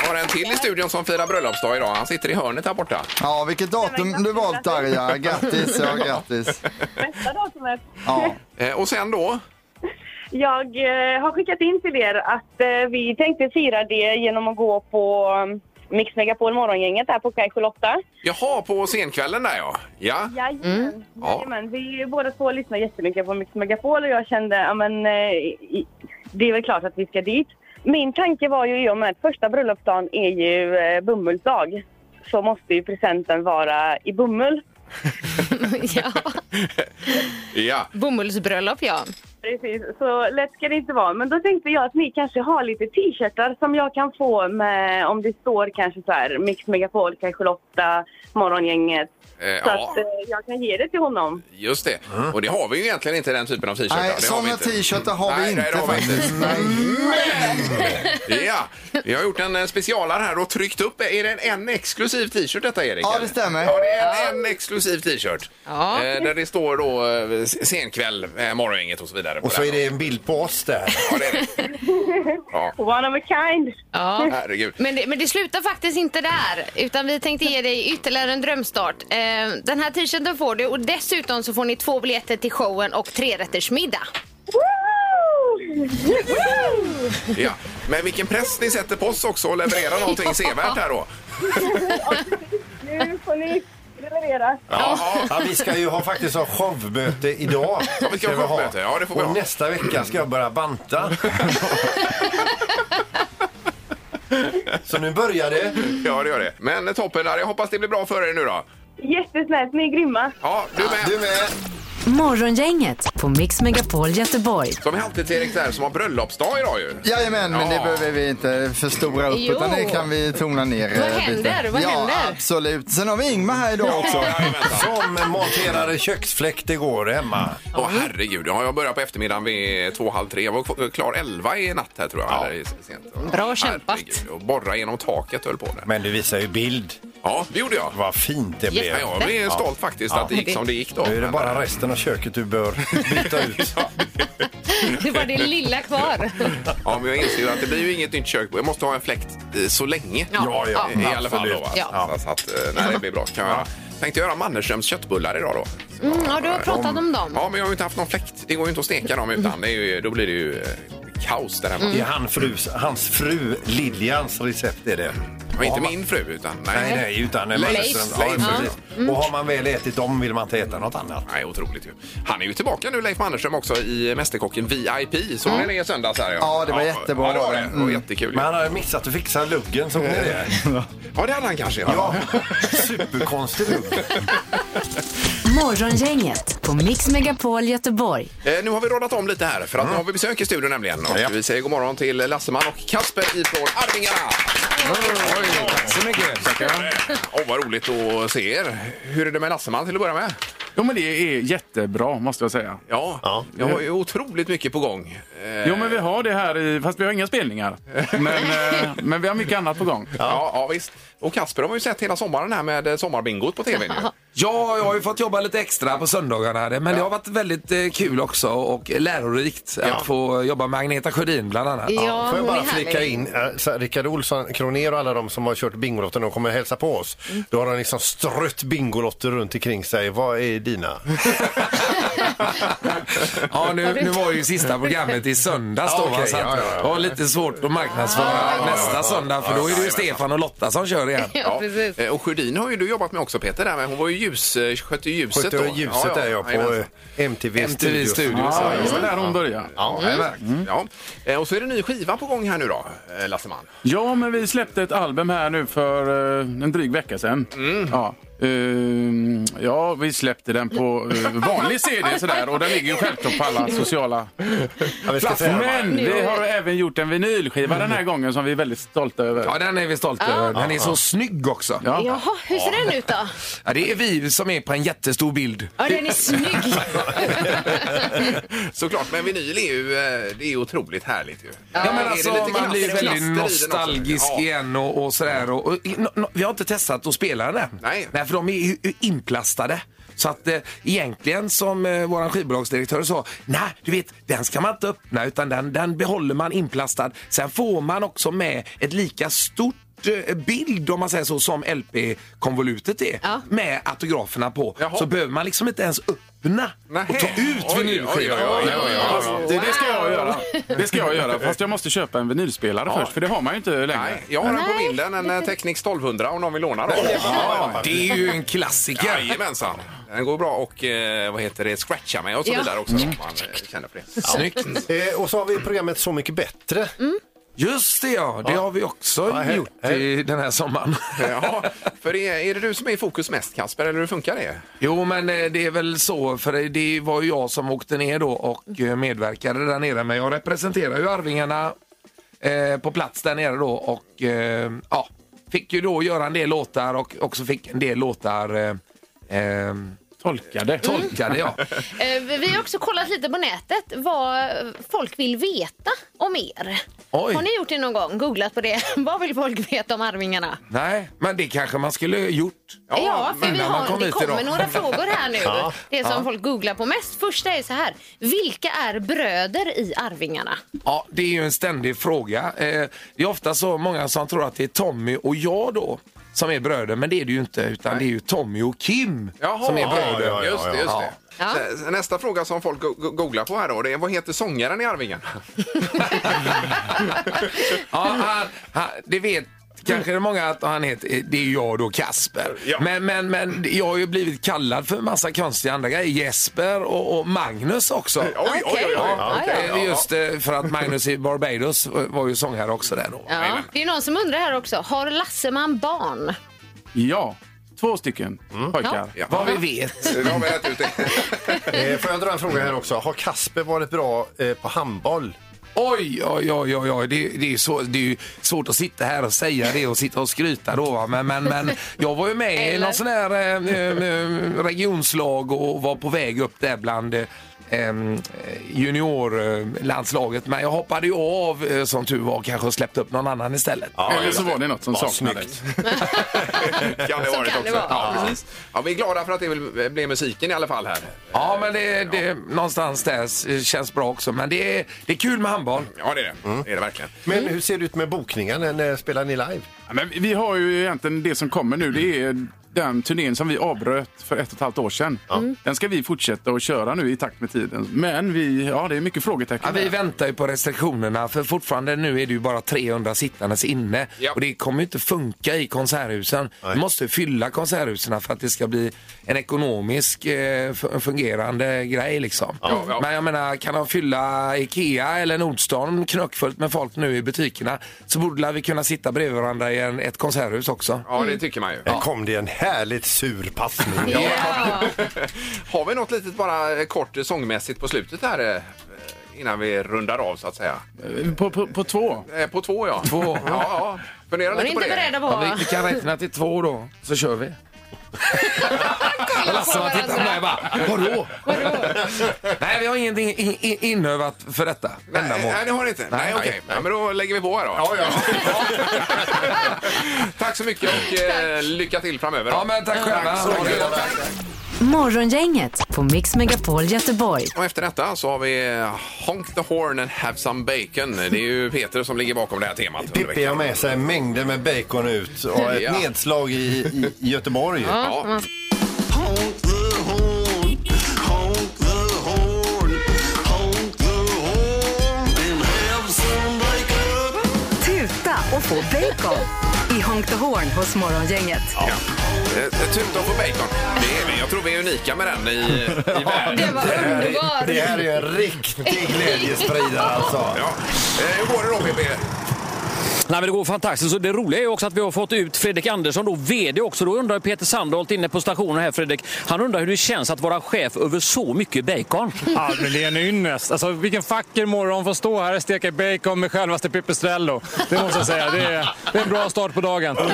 [SPEAKER 4] Jag har en till i studion som firar bröllopsdag idag. Han sitter i hörnet här borta.
[SPEAKER 7] Ja, vilket datum du valt Darja. Grattis, ja grattis.
[SPEAKER 8] Bästa datumet.
[SPEAKER 7] Ja.
[SPEAKER 4] Eh, och sen då?
[SPEAKER 8] Jag eh, har skickat in till er att eh, vi tänkte fira det genom att gå på um,
[SPEAKER 12] Mix Megapol Morgongänget här på Kaj 78.
[SPEAKER 4] Jaha, på senkvällen där ja. Ja. Mm.
[SPEAKER 12] Jajamän.
[SPEAKER 4] Ja.
[SPEAKER 12] Jajamän. Vi båda två lyssnar jättemycket på Mix Megapol och jag kände ja, men, eh, i- det är väl klart att vi ska dit. Min tanke var ju i och med att första bröllopsdagen är ju eh, bomullsdag så måste ju presenten vara i bomull.
[SPEAKER 6] ja.
[SPEAKER 4] ja.
[SPEAKER 6] Bomullsbröllop, ja.
[SPEAKER 12] Precis, så lätt ska det inte vara. Men då tänkte jag att ni kanske har lite t-shirtar som jag kan få med om det står kanske så här Mix Megapol, kanske Lotta, Morgongänget.
[SPEAKER 4] Eh,
[SPEAKER 12] så
[SPEAKER 4] ja.
[SPEAKER 12] att eh, jag kan ge det till honom.
[SPEAKER 4] Just det.
[SPEAKER 5] Mm.
[SPEAKER 4] Och det har vi ju egentligen inte den typen av t-shirtar.
[SPEAKER 7] Nej,
[SPEAKER 4] Det har vi
[SPEAKER 7] såna
[SPEAKER 4] inte.
[SPEAKER 7] t-shirtar har vi
[SPEAKER 4] Nej,
[SPEAKER 7] inte
[SPEAKER 4] nej, det har vi
[SPEAKER 7] faktiskt.
[SPEAKER 4] inte. Ja, vi har gjort en eh, specialare här och tryckt upp. Är det en, en exklusiv t-shirt detta Erik?
[SPEAKER 7] Ja,
[SPEAKER 4] eller?
[SPEAKER 7] det stämmer.
[SPEAKER 4] Ja, det är en, en exklusiv t-shirt.
[SPEAKER 7] Ja.
[SPEAKER 4] Eh, där det står då eh, senkväll, eh, morgongänget och så vidare. på
[SPEAKER 5] Och så
[SPEAKER 4] den.
[SPEAKER 5] är det en bild på oss där.
[SPEAKER 4] Ja.
[SPEAKER 12] One of a kind.
[SPEAKER 6] Ja.
[SPEAKER 4] Herregud.
[SPEAKER 6] Men det, men det slutar faktiskt inte där, utan vi tänkte ge dig ytterligare en drömstart. Eh, den här t-shirten får du och dessutom så får ni två biljetter till showen och trerättersmiddag.
[SPEAKER 4] Ja. Men vilken press ni sätter på oss också och leverera någonting sevärt här då.
[SPEAKER 12] Nu får ni leverera.
[SPEAKER 5] Ja. vi ska ju ha faktiskt ha showmöte idag.
[SPEAKER 4] Ja, vi ska ha
[SPEAKER 5] vi
[SPEAKER 4] showmöte. Ja, det får vi
[SPEAKER 5] och
[SPEAKER 4] ha.
[SPEAKER 5] nästa vecka ska jag börja banta. Så nu börjar det.
[SPEAKER 4] Ja, det gör det. Men eh, toppen, jag hoppas det blir bra för er nu då.
[SPEAKER 12] Jättesnällt, ni är grymma.
[SPEAKER 4] Ja, du med. Du med.
[SPEAKER 3] Morgongänget på Mix Megapol Göteborg.
[SPEAKER 4] Som är alltid till Erik där som har bröllopsdag idag ju.
[SPEAKER 7] Jajamän, men
[SPEAKER 4] Ja.
[SPEAKER 7] det behöver vi inte förstora upp
[SPEAKER 4] Jo.
[SPEAKER 7] utan det kan vi tona ner.
[SPEAKER 4] Vad
[SPEAKER 7] eh, lite.
[SPEAKER 4] händer? Vad
[SPEAKER 7] ja,
[SPEAKER 4] händer?
[SPEAKER 7] absolut. Sen har vi Ingmar här idag också.
[SPEAKER 5] Som monterade köksfläkt igår hemma.
[SPEAKER 4] Åh herregud, ja, jag började på eftermiddagen vid två, halv tre. Jag var k- klar elva i natt här tror jag. Eller, sent. Bra kämpat. Herregud. Och borra genom taket höll på det.
[SPEAKER 5] Men du visar ju bild.
[SPEAKER 4] Ja, det gjorde jag.
[SPEAKER 5] Vad fint det blev.
[SPEAKER 4] Ja, jag blev stolt faktiskt att det gick som det gick då.
[SPEAKER 5] Nu är det bara resten av köket du bör byta ut.
[SPEAKER 6] Det var det lilla kvar.
[SPEAKER 4] Ja, men jag inser ju att det blir ju inget nytt kök. Jag måste ha en fläkt eh, så länge.
[SPEAKER 6] Ja, ja,
[SPEAKER 4] I alla fall då. va?
[SPEAKER 6] absolut. Ja.
[SPEAKER 4] Så att, eh, nej, det blir bra. Kan jag, tänkte göra Mannerströms köttbullar idag då.
[SPEAKER 6] Mm, ja, du har pratat om dem.
[SPEAKER 4] Ja, men jag har ju inte haft någon fläkt. Det går ju inte att steka dem utan. Det är ju, då blir det ju eh, kaos där hemma.
[SPEAKER 5] Det är han frus, hans fru Liljans recept är det.
[SPEAKER 4] Och inte min fru utan... Nej,
[SPEAKER 5] nej, nej utan en
[SPEAKER 4] Leifs.
[SPEAKER 5] Mannerström. Ja,
[SPEAKER 4] Leifs.
[SPEAKER 5] precis.
[SPEAKER 4] Ja. Mm.
[SPEAKER 5] Och har man väl ätit dem vill man inte äta något annat.
[SPEAKER 4] Nej, otroligt ju. Han är ju tillbaka nu, Leif Mannerström, också i Mästerkocken VIP. Såg ni det i söndags? Här,
[SPEAKER 5] Mm. Ja, det var jättebra.
[SPEAKER 4] Ja, det var det. Det var
[SPEAKER 5] Mm.
[SPEAKER 4] jättekul. ju.
[SPEAKER 5] Men han hade missat att fixa luggen, såg ni det?
[SPEAKER 4] Ja, det hade han kanske. Ja.
[SPEAKER 5] Superkonstig lugg.
[SPEAKER 3] Morgongänget på Mix Megapol Göteborg.
[SPEAKER 4] Eh, nu har vi rådat om lite här, för att nu har vi besök i studion nämligen. Och Vi säger god morgon till Lasseman och Kasper ifrån Arvingarna. Oj, tack så mycket. Åh, vad roligt att se er. Hur är det med Lasseman till att börja med?
[SPEAKER 13] Jo, men det är jättebra måste jag säga.
[SPEAKER 4] Ja, jag har ju otroligt mycket på gång. Eh,
[SPEAKER 13] Jo, men vi har det här i, fast vi har inga spelningar. Men, eh, men vi har mycket annat på gång.
[SPEAKER 4] Ja, ja, visst. Och Kasper har vi ju sett hela sommaren här med eh, sommarbingot på tv nu.
[SPEAKER 14] Ja, jag har ju fått jobba lite extra på söndagarna här, men det har varit väldigt eh, kul också och lärorikt att få jobba med Agneta Sjödin bland annat.
[SPEAKER 5] Ja, Får jag bara flika in,
[SPEAKER 15] Äh,
[SPEAKER 5] eh, så här, Rickard Olsson, Kroner och alla de som har kört Bingolotten, de kommer hälsa på oss. Då har de liksom strött Bingolotter runt omkring sig. Vad är dina?
[SPEAKER 14] Ja, nu, nu var ju sista programmet i söndags då,
[SPEAKER 5] Ja, okej,
[SPEAKER 14] va, så att
[SPEAKER 5] ja, ja, ja.
[SPEAKER 14] det var lite svårt att marknadsföra nästa söndag för då är det ju Stefan och Lotta som kör igen.
[SPEAKER 4] Ja, Eh, Och Sjödin har ju du jobbat med också Peter, där, men hon var ju ljus, eh, skötte ljuset
[SPEAKER 5] Skötte
[SPEAKER 4] då.
[SPEAKER 5] ljuset där, ja, på, eh, MTV Studios. Ja, det var där hon började.
[SPEAKER 4] Ja,
[SPEAKER 5] Mm.
[SPEAKER 4] exakt. ja. Eh, Och så är det en ny skiva på gång här nu då, eh, Lasseman.
[SPEAKER 13] Ja, men vi släppte ett album här nu för eh, en dryg vecka sedan.
[SPEAKER 14] Mm.
[SPEAKER 13] Ja. Ehm, ja, vi släppte den på eh, vanlig CD sådär och den ligger ju självklart på alla sociala
[SPEAKER 5] vi ska
[SPEAKER 13] platser.
[SPEAKER 5] säga det.
[SPEAKER 13] Men vi har även gjort en vinylskiva den här gången som vi är väldigt stolta över.
[SPEAKER 14] Ja, den är vi stolta
[SPEAKER 6] Ja.
[SPEAKER 14] över. Den är så snygg också.
[SPEAKER 6] Jaha, hur ser den ut då?
[SPEAKER 14] Ja, det är vi som är på en jättestor bild.
[SPEAKER 6] Ja, den är snygg.
[SPEAKER 4] Såklart, men vinyl är ju, eh, det är ju otroligt härligt ju.
[SPEAKER 14] Ja,
[SPEAKER 4] Är
[SPEAKER 14] men
[SPEAKER 4] det
[SPEAKER 14] alltså,
[SPEAKER 4] lite
[SPEAKER 14] man blir
[SPEAKER 4] klaster i den
[SPEAKER 14] väldigt
[SPEAKER 4] också?
[SPEAKER 14] nostalgisk
[SPEAKER 4] Ja.
[SPEAKER 14] igen och, och sådär. Och, och, no, no, vi har inte testat att spela den än.
[SPEAKER 4] Nej.
[SPEAKER 14] för de är ju inplastade. Så att eh, egentligen som eh, våran skivbolagsdirektör sa, nej du vet den ska man inte öppna utan den, den behåller man inplastad. Sen får man också med ett lika stort svart eh, bild om man säger så som LP-konvolutet är med autograferna på. Så behöver man liksom inte ens öppna och ta ut vinylskivan.
[SPEAKER 13] Fast Det det ska jag göra. Det ska jag göra. Fast jag måste köpa en vinylspelare först, för det har man ju inte längre. Nej,
[SPEAKER 4] jag har den på vinden, en eh, Technics 1200 om någon vill låna den.
[SPEAKER 13] Ja, det är ju en
[SPEAKER 14] klassiker.
[SPEAKER 4] Jajamensan. Den går bra och eh, vad heter det, scratcha med och så
[SPEAKER 15] Ja.
[SPEAKER 4] vidare också.
[SPEAKER 15] Mm.
[SPEAKER 4] Om man eh, känner för det.
[SPEAKER 15] Eh, och så har vi programmet Så mycket bättre.
[SPEAKER 14] Just det ja, det har vi också
[SPEAKER 15] Ja, hej.
[SPEAKER 14] gjort i den här sommaren.
[SPEAKER 4] Ja, för det är, är det du som är i fokus mest Kasper, eller hur funkar det?
[SPEAKER 14] Jo, men eh, det är väl så, för det var ju jag som åkte ner då och eh, medverkade där nere. Men jag representerar ju Arvingarna eh, på plats där nere då och eh, ja, fick ju då göra en del låtar och också fick en del låtar eh, eh,
[SPEAKER 13] Tolkade.
[SPEAKER 14] Tolkade, ja.
[SPEAKER 6] Eh, vi- Vi har också kollat lite på nätet vad folk vill veta om er.
[SPEAKER 14] Oj.
[SPEAKER 6] Har ni gjort det någon gång? Googlat på det? Vad vill folk veta om Arvingarna?
[SPEAKER 14] Nej, men det kanske man skulle gjort.
[SPEAKER 6] Ja, för vi
[SPEAKER 14] innan man
[SPEAKER 6] har,
[SPEAKER 14] kom
[SPEAKER 6] det
[SPEAKER 14] hit idag.
[SPEAKER 6] kommer några frågor här nu.
[SPEAKER 14] Ja,
[SPEAKER 6] Det som
[SPEAKER 14] ja.
[SPEAKER 6] folk googlar på mest. Första är så här. Vilka är bröder i Arvingarna?
[SPEAKER 14] Ja, det är ju en ständig fråga. Eh, det är ofta så många som tror att det är Tommy och jag då som är bröder, men det är det ju inte, utan det är ju Tommy och Kim som är bröder.
[SPEAKER 4] Just det, just det.
[SPEAKER 14] Ja.
[SPEAKER 4] Sen- Nästa fråga som folk go- go- googlar på här då, det är vad heter sångaren i Arvingen?
[SPEAKER 14] Ja, han, han, det vet kanske det är många att han heter, det är ju jag då, Kasper. Men, men, men jag har ju blivit kallad för en massa konstiga andra grejer. Jesper och, och Magnus också. Oj,
[SPEAKER 4] oj, oj, oj. Ja, okej.
[SPEAKER 14] eh, Just eh, för att Magnus i Barbados var ju sångare också där då.
[SPEAKER 6] Ja. Det är någon som undrar här också. Har Lasseman barn?
[SPEAKER 13] Ja, två stycken
[SPEAKER 15] Mm.
[SPEAKER 13] pojkar.
[SPEAKER 6] Ja.
[SPEAKER 14] Vad vi vet.
[SPEAKER 4] Det har vi rätt ut det.
[SPEAKER 15] Eh, får jag dra en fråga här också? Har Kasper varit bra eh, på handboll?
[SPEAKER 14] Oj, oj, oj, oj, oj. Det, det, är så, det är ju svårt att sitta här och säga det och sitta och skryta då. Va? Men, men, men jag var ju med i
[SPEAKER 13] Eller?
[SPEAKER 14] någon sån här eh, eh, regionslag och var på väg upp där bland eh, em, juniorlandslaget. Men jag hoppade ju av eh, som tur var kanske och släppte upp någon annan istället.
[SPEAKER 13] Eller så var det något som
[SPEAKER 14] Vad
[SPEAKER 13] saknades.
[SPEAKER 4] kan det
[SPEAKER 14] Så
[SPEAKER 4] varit
[SPEAKER 14] kan
[SPEAKER 4] också.
[SPEAKER 14] det vara.
[SPEAKER 4] Ja,
[SPEAKER 14] Ja.
[SPEAKER 4] precis. Ja, vi är glada för att det vill- blev musiken i alla fall här.
[SPEAKER 14] Ja, men det, det, någonstans där s- känns bra också. Men det är, det är kul med handboll.
[SPEAKER 4] Ja, det är det.
[SPEAKER 13] Mm.
[SPEAKER 4] Det är det verkligen.
[SPEAKER 15] Men hur ser det ut med bokningen? När- När spelar ni live?
[SPEAKER 13] Ja, Men vi har ju egentligen det som kommer nu. Det är den turnén som vi avbröt för ett och ett halvt år sedan. Den ska vi fortsätta att köra nu i takt med tiden. Men vi, ja, det är mycket frågetecken.
[SPEAKER 14] Ja, vi väntar ju på restriktionerna för fortfarande nu är det ju bara 300 sittandes inne
[SPEAKER 13] Ja.
[SPEAKER 14] och det kommer ju inte funka i konserthusen. Vi måste fylla konserthusen för att det ska bli en ekonomisk eh, fu- fungerande grej liksom. Men jag menar, kan de fylla Ikea eller Nordstan knöckfullt med folk nu i butikerna så borde la vi kunna sitta bredvid varandra i en, ett konserthus också.
[SPEAKER 4] Ja,
[SPEAKER 6] Mm.
[SPEAKER 4] det tycker man ju.
[SPEAKER 15] Här kom det en härligt sur passning.
[SPEAKER 4] Har vi något litet bara eh, kort eh, sångmässigt på slutet här eh, innan vi rundar av så att säga?
[SPEAKER 13] På, på, på två?
[SPEAKER 4] Eh, På två ja.
[SPEAKER 14] Två.
[SPEAKER 4] Ja, ja. Fundera
[SPEAKER 6] Var
[SPEAKER 4] lite på
[SPEAKER 6] ni
[SPEAKER 4] det.
[SPEAKER 6] inte beredda på?
[SPEAKER 14] Ja, vi, vi kan räkna till två då, så kör vi. Lasse bara tittar på mig och bara, vadå? Nej, vi har ingenting in, in, inövat för detta ändamål.
[SPEAKER 4] Nej, det har ni inte. Nej, okej. Ja, men då lägger vi på här då. Tack så mycket och eh, lycka till framöver. då.
[SPEAKER 14] Ja, men tack själva.
[SPEAKER 4] så mycket.
[SPEAKER 3] Morgongänget på Mix Megapol Göteborg.
[SPEAKER 4] Och efter detta så har vi eh, Honk the horn and have some bacon. Det är ju Peter som ligger bakom det här temat. under
[SPEAKER 15] Pippi har med sig mängder med bacon ut och ett
[SPEAKER 4] Ja.
[SPEAKER 15] nedslag i, i i Göteborg.
[SPEAKER 4] Ja. Ja.
[SPEAKER 3] Tuta och få bacon i Honk the Horn hos Morgongänget.
[SPEAKER 4] Ja. Eh, Tuta på bacon. Det är vi. Jag tror vi är unika med den i, i världen.
[SPEAKER 6] Det var underbart.
[SPEAKER 15] Det här är en riktig glädjespridare alltså.
[SPEAKER 4] Ja. Eh, Hur går det då Pippi?
[SPEAKER 16] Nej, men det går fantastiskt. Och det roliga är ju också att vi har fått ut Fredrik Andersson, då, VD också. Då undrar Peter Sandholt inne på stationen här, Fredrik. Han undrar hur det känns att vara chef över så mycket bacon.
[SPEAKER 17] Ja, men det är en ynnest. Alltså, vilken vacker morgon få stå här och steka bacon med självaste Pipistrello. Det måste jag säga. Det är, det är en bra start på dagen.
[SPEAKER 16] Ja,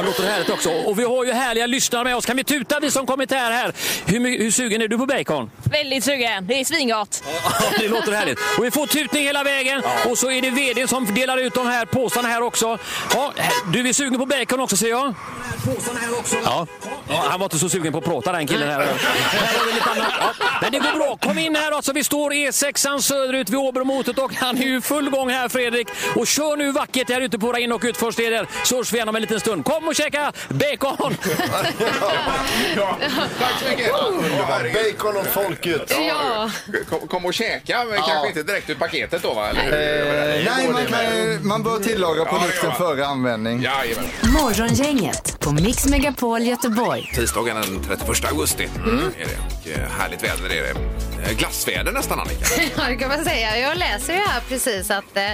[SPEAKER 16] det låter härligt också. Och vi har ju härliga lyssnare med oss. Kan vi tuta vi som kommit här? här? Hur, my- hur sugen är du på bacon?
[SPEAKER 18] Väldigt sugen. Det är svingott.
[SPEAKER 16] Ja, det låter härligt. Och vi får tutning hela vägen och så är det VD som delar ut de här påsarna här också. Ja, du är sugen på bacon också ser jag.
[SPEAKER 18] Påsarna här också.
[SPEAKER 16] Ja. Ja, han var inte så sugen på att prata den killen här. här har vi lite annat. Ja. Men det går bra. Kom in här alltså. Vi står E6 söderut vid Åbromotet och han är ju i full gång här Fredrik. Och kör nu vackert här ute på våra in och utfartsleder så hörs vi igen om en liten stund. Kom och käka bacon!
[SPEAKER 4] Tack så mycket!
[SPEAKER 5] Bacon och folket.
[SPEAKER 6] Ja.
[SPEAKER 4] Kom, kom och käka, men kanske inte direkt ur paketet då va? Eller hur?
[SPEAKER 7] Eh, Nej, man, kan, ju- man bör tillaga produkten före användning.
[SPEAKER 3] Morgongänget på Mix Megapol Göteborg.
[SPEAKER 4] Tisdagen den 31 augusti mm. är det. Och eh, härligt väder är det. Eh, Glassväder nästan, Annika.
[SPEAKER 6] Ja, det kan man säga. Jag läser ju här precis att eh,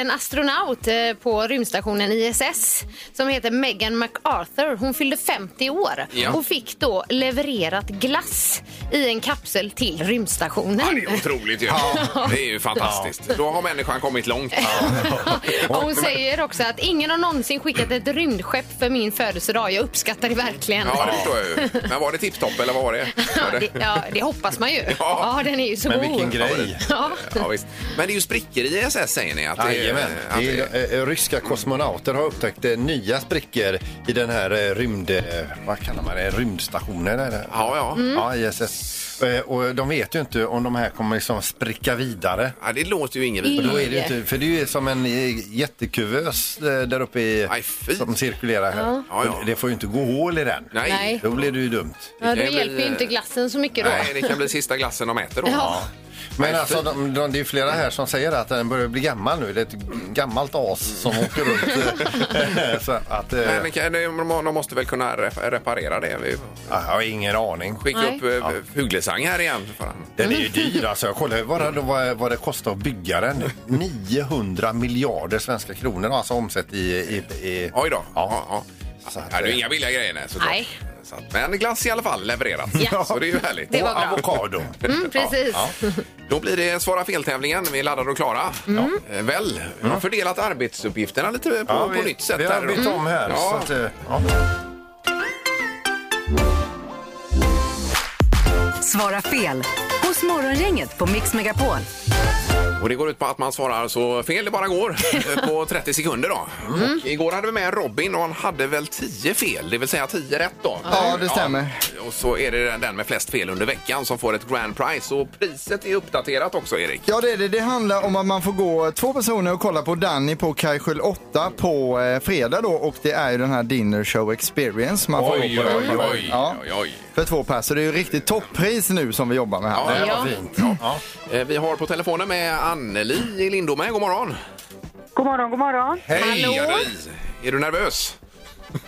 [SPEAKER 6] en astronaut eh, på rymdstationen ISS som heter Megan MacArthur, hon fyllde 50 år
[SPEAKER 4] Ja.
[SPEAKER 6] och fick då levererat glass i en kapsel till rymdstationen.
[SPEAKER 4] Det är otroligt ju. Det är ju fantastiskt. Då har människan kommit långt.
[SPEAKER 6] Och hon säger också att ingen har någonsin skickat ett rymdskepp för min födelsedag. Jag uppskattar det verkligen.
[SPEAKER 4] Ja, det förstår jag ju. Men var det tipptopp eller vad var det?
[SPEAKER 6] Ja, det, ja, det hoppas man ju. Ja, den är ju så god. Ja.
[SPEAKER 4] Ja, visst. Men det är ju sprickor i ISS säger ni? Att det är,
[SPEAKER 5] Jajamän.
[SPEAKER 4] att det är,
[SPEAKER 5] Det är, eh, Ryska kosmonauter har upptäckt eh, nya sprickor i den här eh, rymd... eh, Vad kallar man det? Rymdstationen? Eller?
[SPEAKER 4] Ja, ja. Mm.
[SPEAKER 5] ja ISS. Eh, Och de vet ju inte om de här kommer liksom spricka vidare.
[SPEAKER 4] ja, det låter ju inget
[SPEAKER 5] Och
[SPEAKER 4] vidare.
[SPEAKER 5] Då är det ju inte, för det är ju som en eh, jättekuvös eh, där uppe i, som cirkulerar här.
[SPEAKER 6] Ja.
[SPEAKER 4] Ja, ja.
[SPEAKER 5] Och Det får ju inte gå hål i den.
[SPEAKER 6] Nej. Nej.
[SPEAKER 5] Då blir det ju dumt.
[SPEAKER 6] Ja, då hjälper ju inte glassen så mycket då.
[SPEAKER 4] Nej, det kan bli sista glassen de äter då.
[SPEAKER 6] Ja.
[SPEAKER 5] Men alltså, de, de, det är flera här som säger att den börjar bli gammal nu. Det är ett gammalt as som åker runt. eh, Så att, eh,
[SPEAKER 4] Men kan- de de måste väl kunna rep- reparera det? Vi...
[SPEAKER 5] Jag har ingen aning.
[SPEAKER 4] Skicka
[SPEAKER 5] Nej.
[SPEAKER 4] upp ja. Fuglesang här igen. för fan.
[SPEAKER 5] Den är ju dyr alltså. Jag kollade bara då vad, vad det kostar att bygga den. 900 miljarder svenska kronor har alltså omsett i... i, i
[SPEAKER 4] Oj då. Ja. Ja, Ja, det är inga billiga grejer. Nej, såklart.
[SPEAKER 6] Nej.
[SPEAKER 4] Så att, men glass i alla fall levererat.
[SPEAKER 6] Ja.
[SPEAKER 4] Så det är ju härligt.
[SPEAKER 6] Det var
[SPEAKER 4] Och
[SPEAKER 6] bra.
[SPEAKER 4] avokado.
[SPEAKER 6] Mm, precis.
[SPEAKER 4] Ja, ja. Då blir det Svara fel-tävlingen. Vi är laddade och klara. Eh, Väl, vi
[SPEAKER 6] Mm.
[SPEAKER 4] har fördelat arbetsuppgifterna lite på,
[SPEAKER 5] Ja,
[SPEAKER 4] på
[SPEAKER 5] vi-
[SPEAKER 4] nytt sätt.
[SPEAKER 5] vi har
[SPEAKER 4] här idag.
[SPEAKER 5] bytt om här, så att, eh,
[SPEAKER 3] Svara fel hos Morgongänget på Mix Megapol.
[SPEAKER 5] eh-
[SPEAKER 4] Och det går ut på att man svarar så fel det bara går eh, på 30 sekunder. Då.
[SPEAKER 6] Mm.
[SPEAKER 4] Och igår hade vi med Robin och han hade väl 10 fel, det vill säga 10 rätt. Då.
[SPEAKER 7] Ja, det stämmer.
[SPEAKER 4] Ja, Och så är det den- den med flest fel under veckan som får ett grand prize. Och priset är uppdaterat också, Erik.
[SPEAKER 7] Ja, det är det. Det handlar om att man får gå två personer och kolla på Danny på Kajskjul 8 på eh, fredag då och det är ju den här Dinner Show Experience man får gå på. då. Ja, för två pers, så det är ju riktigt toppris nu som vi jobbar med här.
[SPEAKER 4] Ja, Mm. det var fint. Ja. Eh, Vi har på telefonen med Anneli i Lindome. God morgon!
[SPEAKER 8] God morgon, god morgon.
[SPEAKER 4] Hej Anneli! Är du nervös?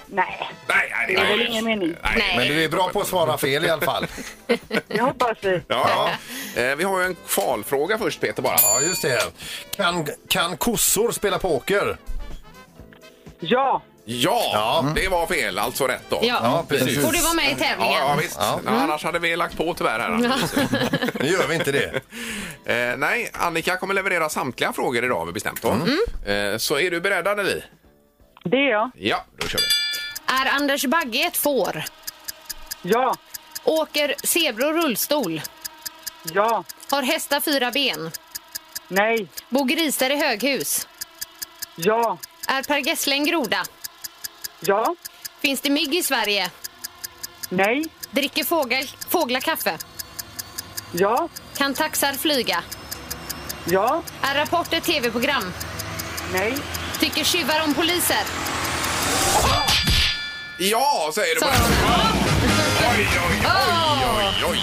[SPEAKER 8] Nej,
[SPEAKER 4] Nej, nej,
[SPEAKER 8] det är väl ingen mening.
[SPEAKER 5] Men du är bra på att svara fel i alla fall.
[SPEAKER 8] Jag hoppas det.
[SPEAKER 4] Ja, ja. Eh, Vi har ju en kvalfråga först, Peter. bara.
[SPEAKER 5] Ja, just det. Kan, kan kossor spela poker?
[SPEAKER 8] Ja!
[SPEAKER 4] Ja, det var fel. Alltså rätt då. Mm.
[SPEAKER 6] Ja. Ja, precis. Får du vara med i tävlingen?
[SPEAKER 4] Ja, ja visst.
[SPEAKER 6] Ja. Mm.
[SPEAKER 4] Nej, Annars hade vi lagt på tyvärr här.
[SPEAKER 5] Nu gör vi inte det.
[SPEAKER 4] Eh, nej, Annika kommer leverera samtliga frågor idag har vi bestämt då.
[SPEAKER 5] Mm.
[SPEAKER 4] Eh, så är du beredd Anneli?
[SPEAKER 8] Det är jag.
[SPEAKER 4] Ja, då kör vi.
[SPEAKER 6] Är Anders Bagge ett får?
[SPEAKER 8] Ja.
[SPEAKER 6] Åker zebror rullstol?
[SPEAKER 8] Ja.
[SPEAKER 6] Har hästar fyra ben?
[SPEAKER 8] Nej.
[SPEAKER 6] Bor grisar i höghus?
[SPEAKER 8] Ja.
[SPEAKER 6] Är Per Gessle en groda?
[SPEAKER 8] Ja.
[SPEAKER 6] Finns det mygg i Sverige?
[SPEAKER 8] Nej.
[SPEAKER 6] Dricker fågel, fåglar kaffe?
[SPEAKER 8] Ja.
[SPEAKER 6] Kan taxar flyga?
[SPEAKER 8] Ja.
[SPEAKER 6] Är Rapport ett tv-program?
[SPEAKER 8] Nej.
[SPEAKER 6] Tycker tjuvar om poliser?
[SPEAKER 4] Ja, säger du.
[SPEAKER 6] Så.
[SPEAKER 4] Oj, oj, oj, oj, oj.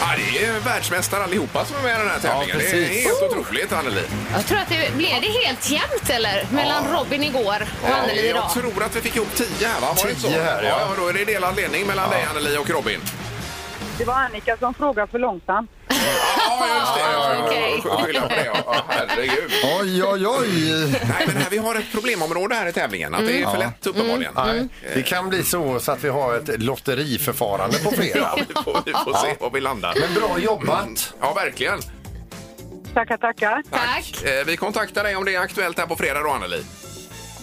[SPEAKER 4] Ja, det är världsmästare allihopa som är med i den här tävlingen. det är
[SPEAKER 5] precis.
[SPEAKER 4] helt otroligt Anneli.
[SPEAKER 6] Jag tror att det blev det helt jämnt eller? Mellan Robin igår och
[SPEAKER 4] Ja,
[SPEAKER 6] Anneli idag.
[SPEAKER 4] jag tror att vi fick ihop 10 här va? Var det inte så?
[SPEAKER 5] 10 här, ja.
[SPEAKER 4] ja, då är det delad ledning mellan dig Anneli och Robin.
[SPEAKER 8] Det var Annika som frågade för långsamt.
[SPEAKER 4] Okej. Skylla på det, ja. Ja, Herregud.
[SPEAKER 7] Oj, oj, oj!
[SPEAKER 4] Nej, men här, vi har ett problemområde här i tävlingen. Att det är för
[SPEAKER 5] Mm. Ja. Mm.
[SPEAKER 4] lätt uppenbarligen.
[SPEAKER 5] Nej. Det kan bli så, så att vi har ett lotteriförfarande på fredag.
[SPEAKER 4] Ja, vi får, vi får se var vi landar.
[SPEAKER 5] Men bra jobbat!
[SPEAKER 4] Mm. Ja, verkligen.
[SPEAKER 8] Tackar, tackar.
[SPEAKER 6] Tack.
[SPEAKER 4] Eh, Vi kontaktar dig om det är aktuellt här på fredag då, Anneli.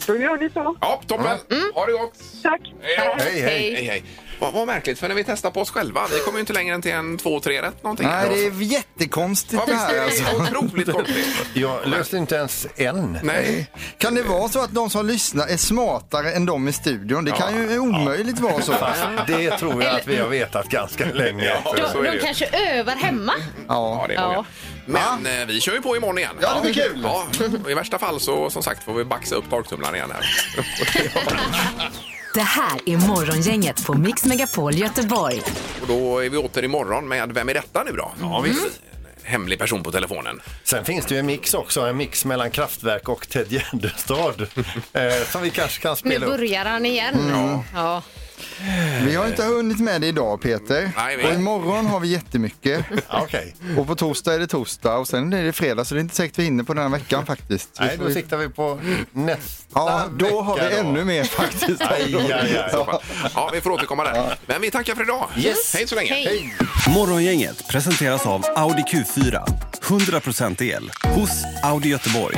[SPEAKER 8] Då gör ni så.
[SPEAKER 4] Ja, toppen. Ha det gott.
[SPEAKER 8] Tack.
[SPEAKER 4] Hej, då.
[SPEAKER 8] Hej, hej.
[SPEAKER 4] hej, hej. Vad, vad märkligt, för när vi testar på oss själva, vi kommer ju inte längre än till en två, tre rätt någonting.
[SPEAKER 7] Nej, det är jättekonstigt
[SPEAKER 4] Ja,
[SPEAKER 7] det
[SPEAKER 4] visst är det
[SPEAKER 7] här alltså.
[SPEAKER 4] otroligt konstigt.
[SPEAKER 5] Jag löste inte ens en.
[SPEAKER 4] Nej.
[SPEAKER 7] Kan det vara så att de som lyssnar är smartare än de i studion? Det kan ju omöjligt vara så.
[SPEAKER 5] Fast det tror jag att vi har vetat ganska länge.
[SPEAKER 6] De, de kanske övar hemma.
[SPEAKER 4] Mm, Ja, det är många. Men eh, vi kör ju på imorgon igen.
[SPEAKER 7] Ja, det blir kul.
[SPEAKER 4] Ja, och I värsta fall så som sagt får vi baxa upp torktumlaren igen här.
[SPEAKER 3] Det här är Morgongänget på Mix Megapol Göteborg.
[SPEAKER 4] Och då är vi åter imorgon med Vem är detta nu då? Ja, visst. En hemlig person på telefonen.
[SPEAKER 5] Sen finns det ju en mix också, en mix mellan Kraftwerk och Ted Gärdestad. eh, som vi kanske kan
[SPEAKER 6] Nu
[SPEAKER 5] spela upp. Eh,
[SPEAKER 6] börjar han igen. Ja.
[SPEAKER 7] Vi har inte hunnit med det idag Peter.
[SPEAKER 5] Nej, vi-
[SPEAKER 7] Och imorgon har vi jättemycket.
[SPEAKER 5] Okej.
[SPEAKER 7] Och på torsdag är det torsdag och sen är det fredag så det är inte säkert vi hinner på den här veckan faktiskt. Vi
[SPEAKER 5] Nej,
[SPEAKER 7] får
[SPEAKER 5] då
[SPEAKER 7] ju-
[SPEAKER 5] siktar vi på nästa
[SPEAKER 7] Ja, då har vi
[SPEAKER 5] vecka då.
[SPEAKER 7] ännu mer faktiskt.
[SPEAKER 5] Aj, aj, aj.
[SPEAKER 4] Ja. ja, vi får återkomma där. Men vi tackar för idag.
[SPEAKER 18] Yes.
[SPEAKER 4] Hej så länge.
[SPEAKER 6] Hej.
[SPEAKER 18] Morgongänget presenteras av Audi Q4. 100% el hos Audi Göteborg.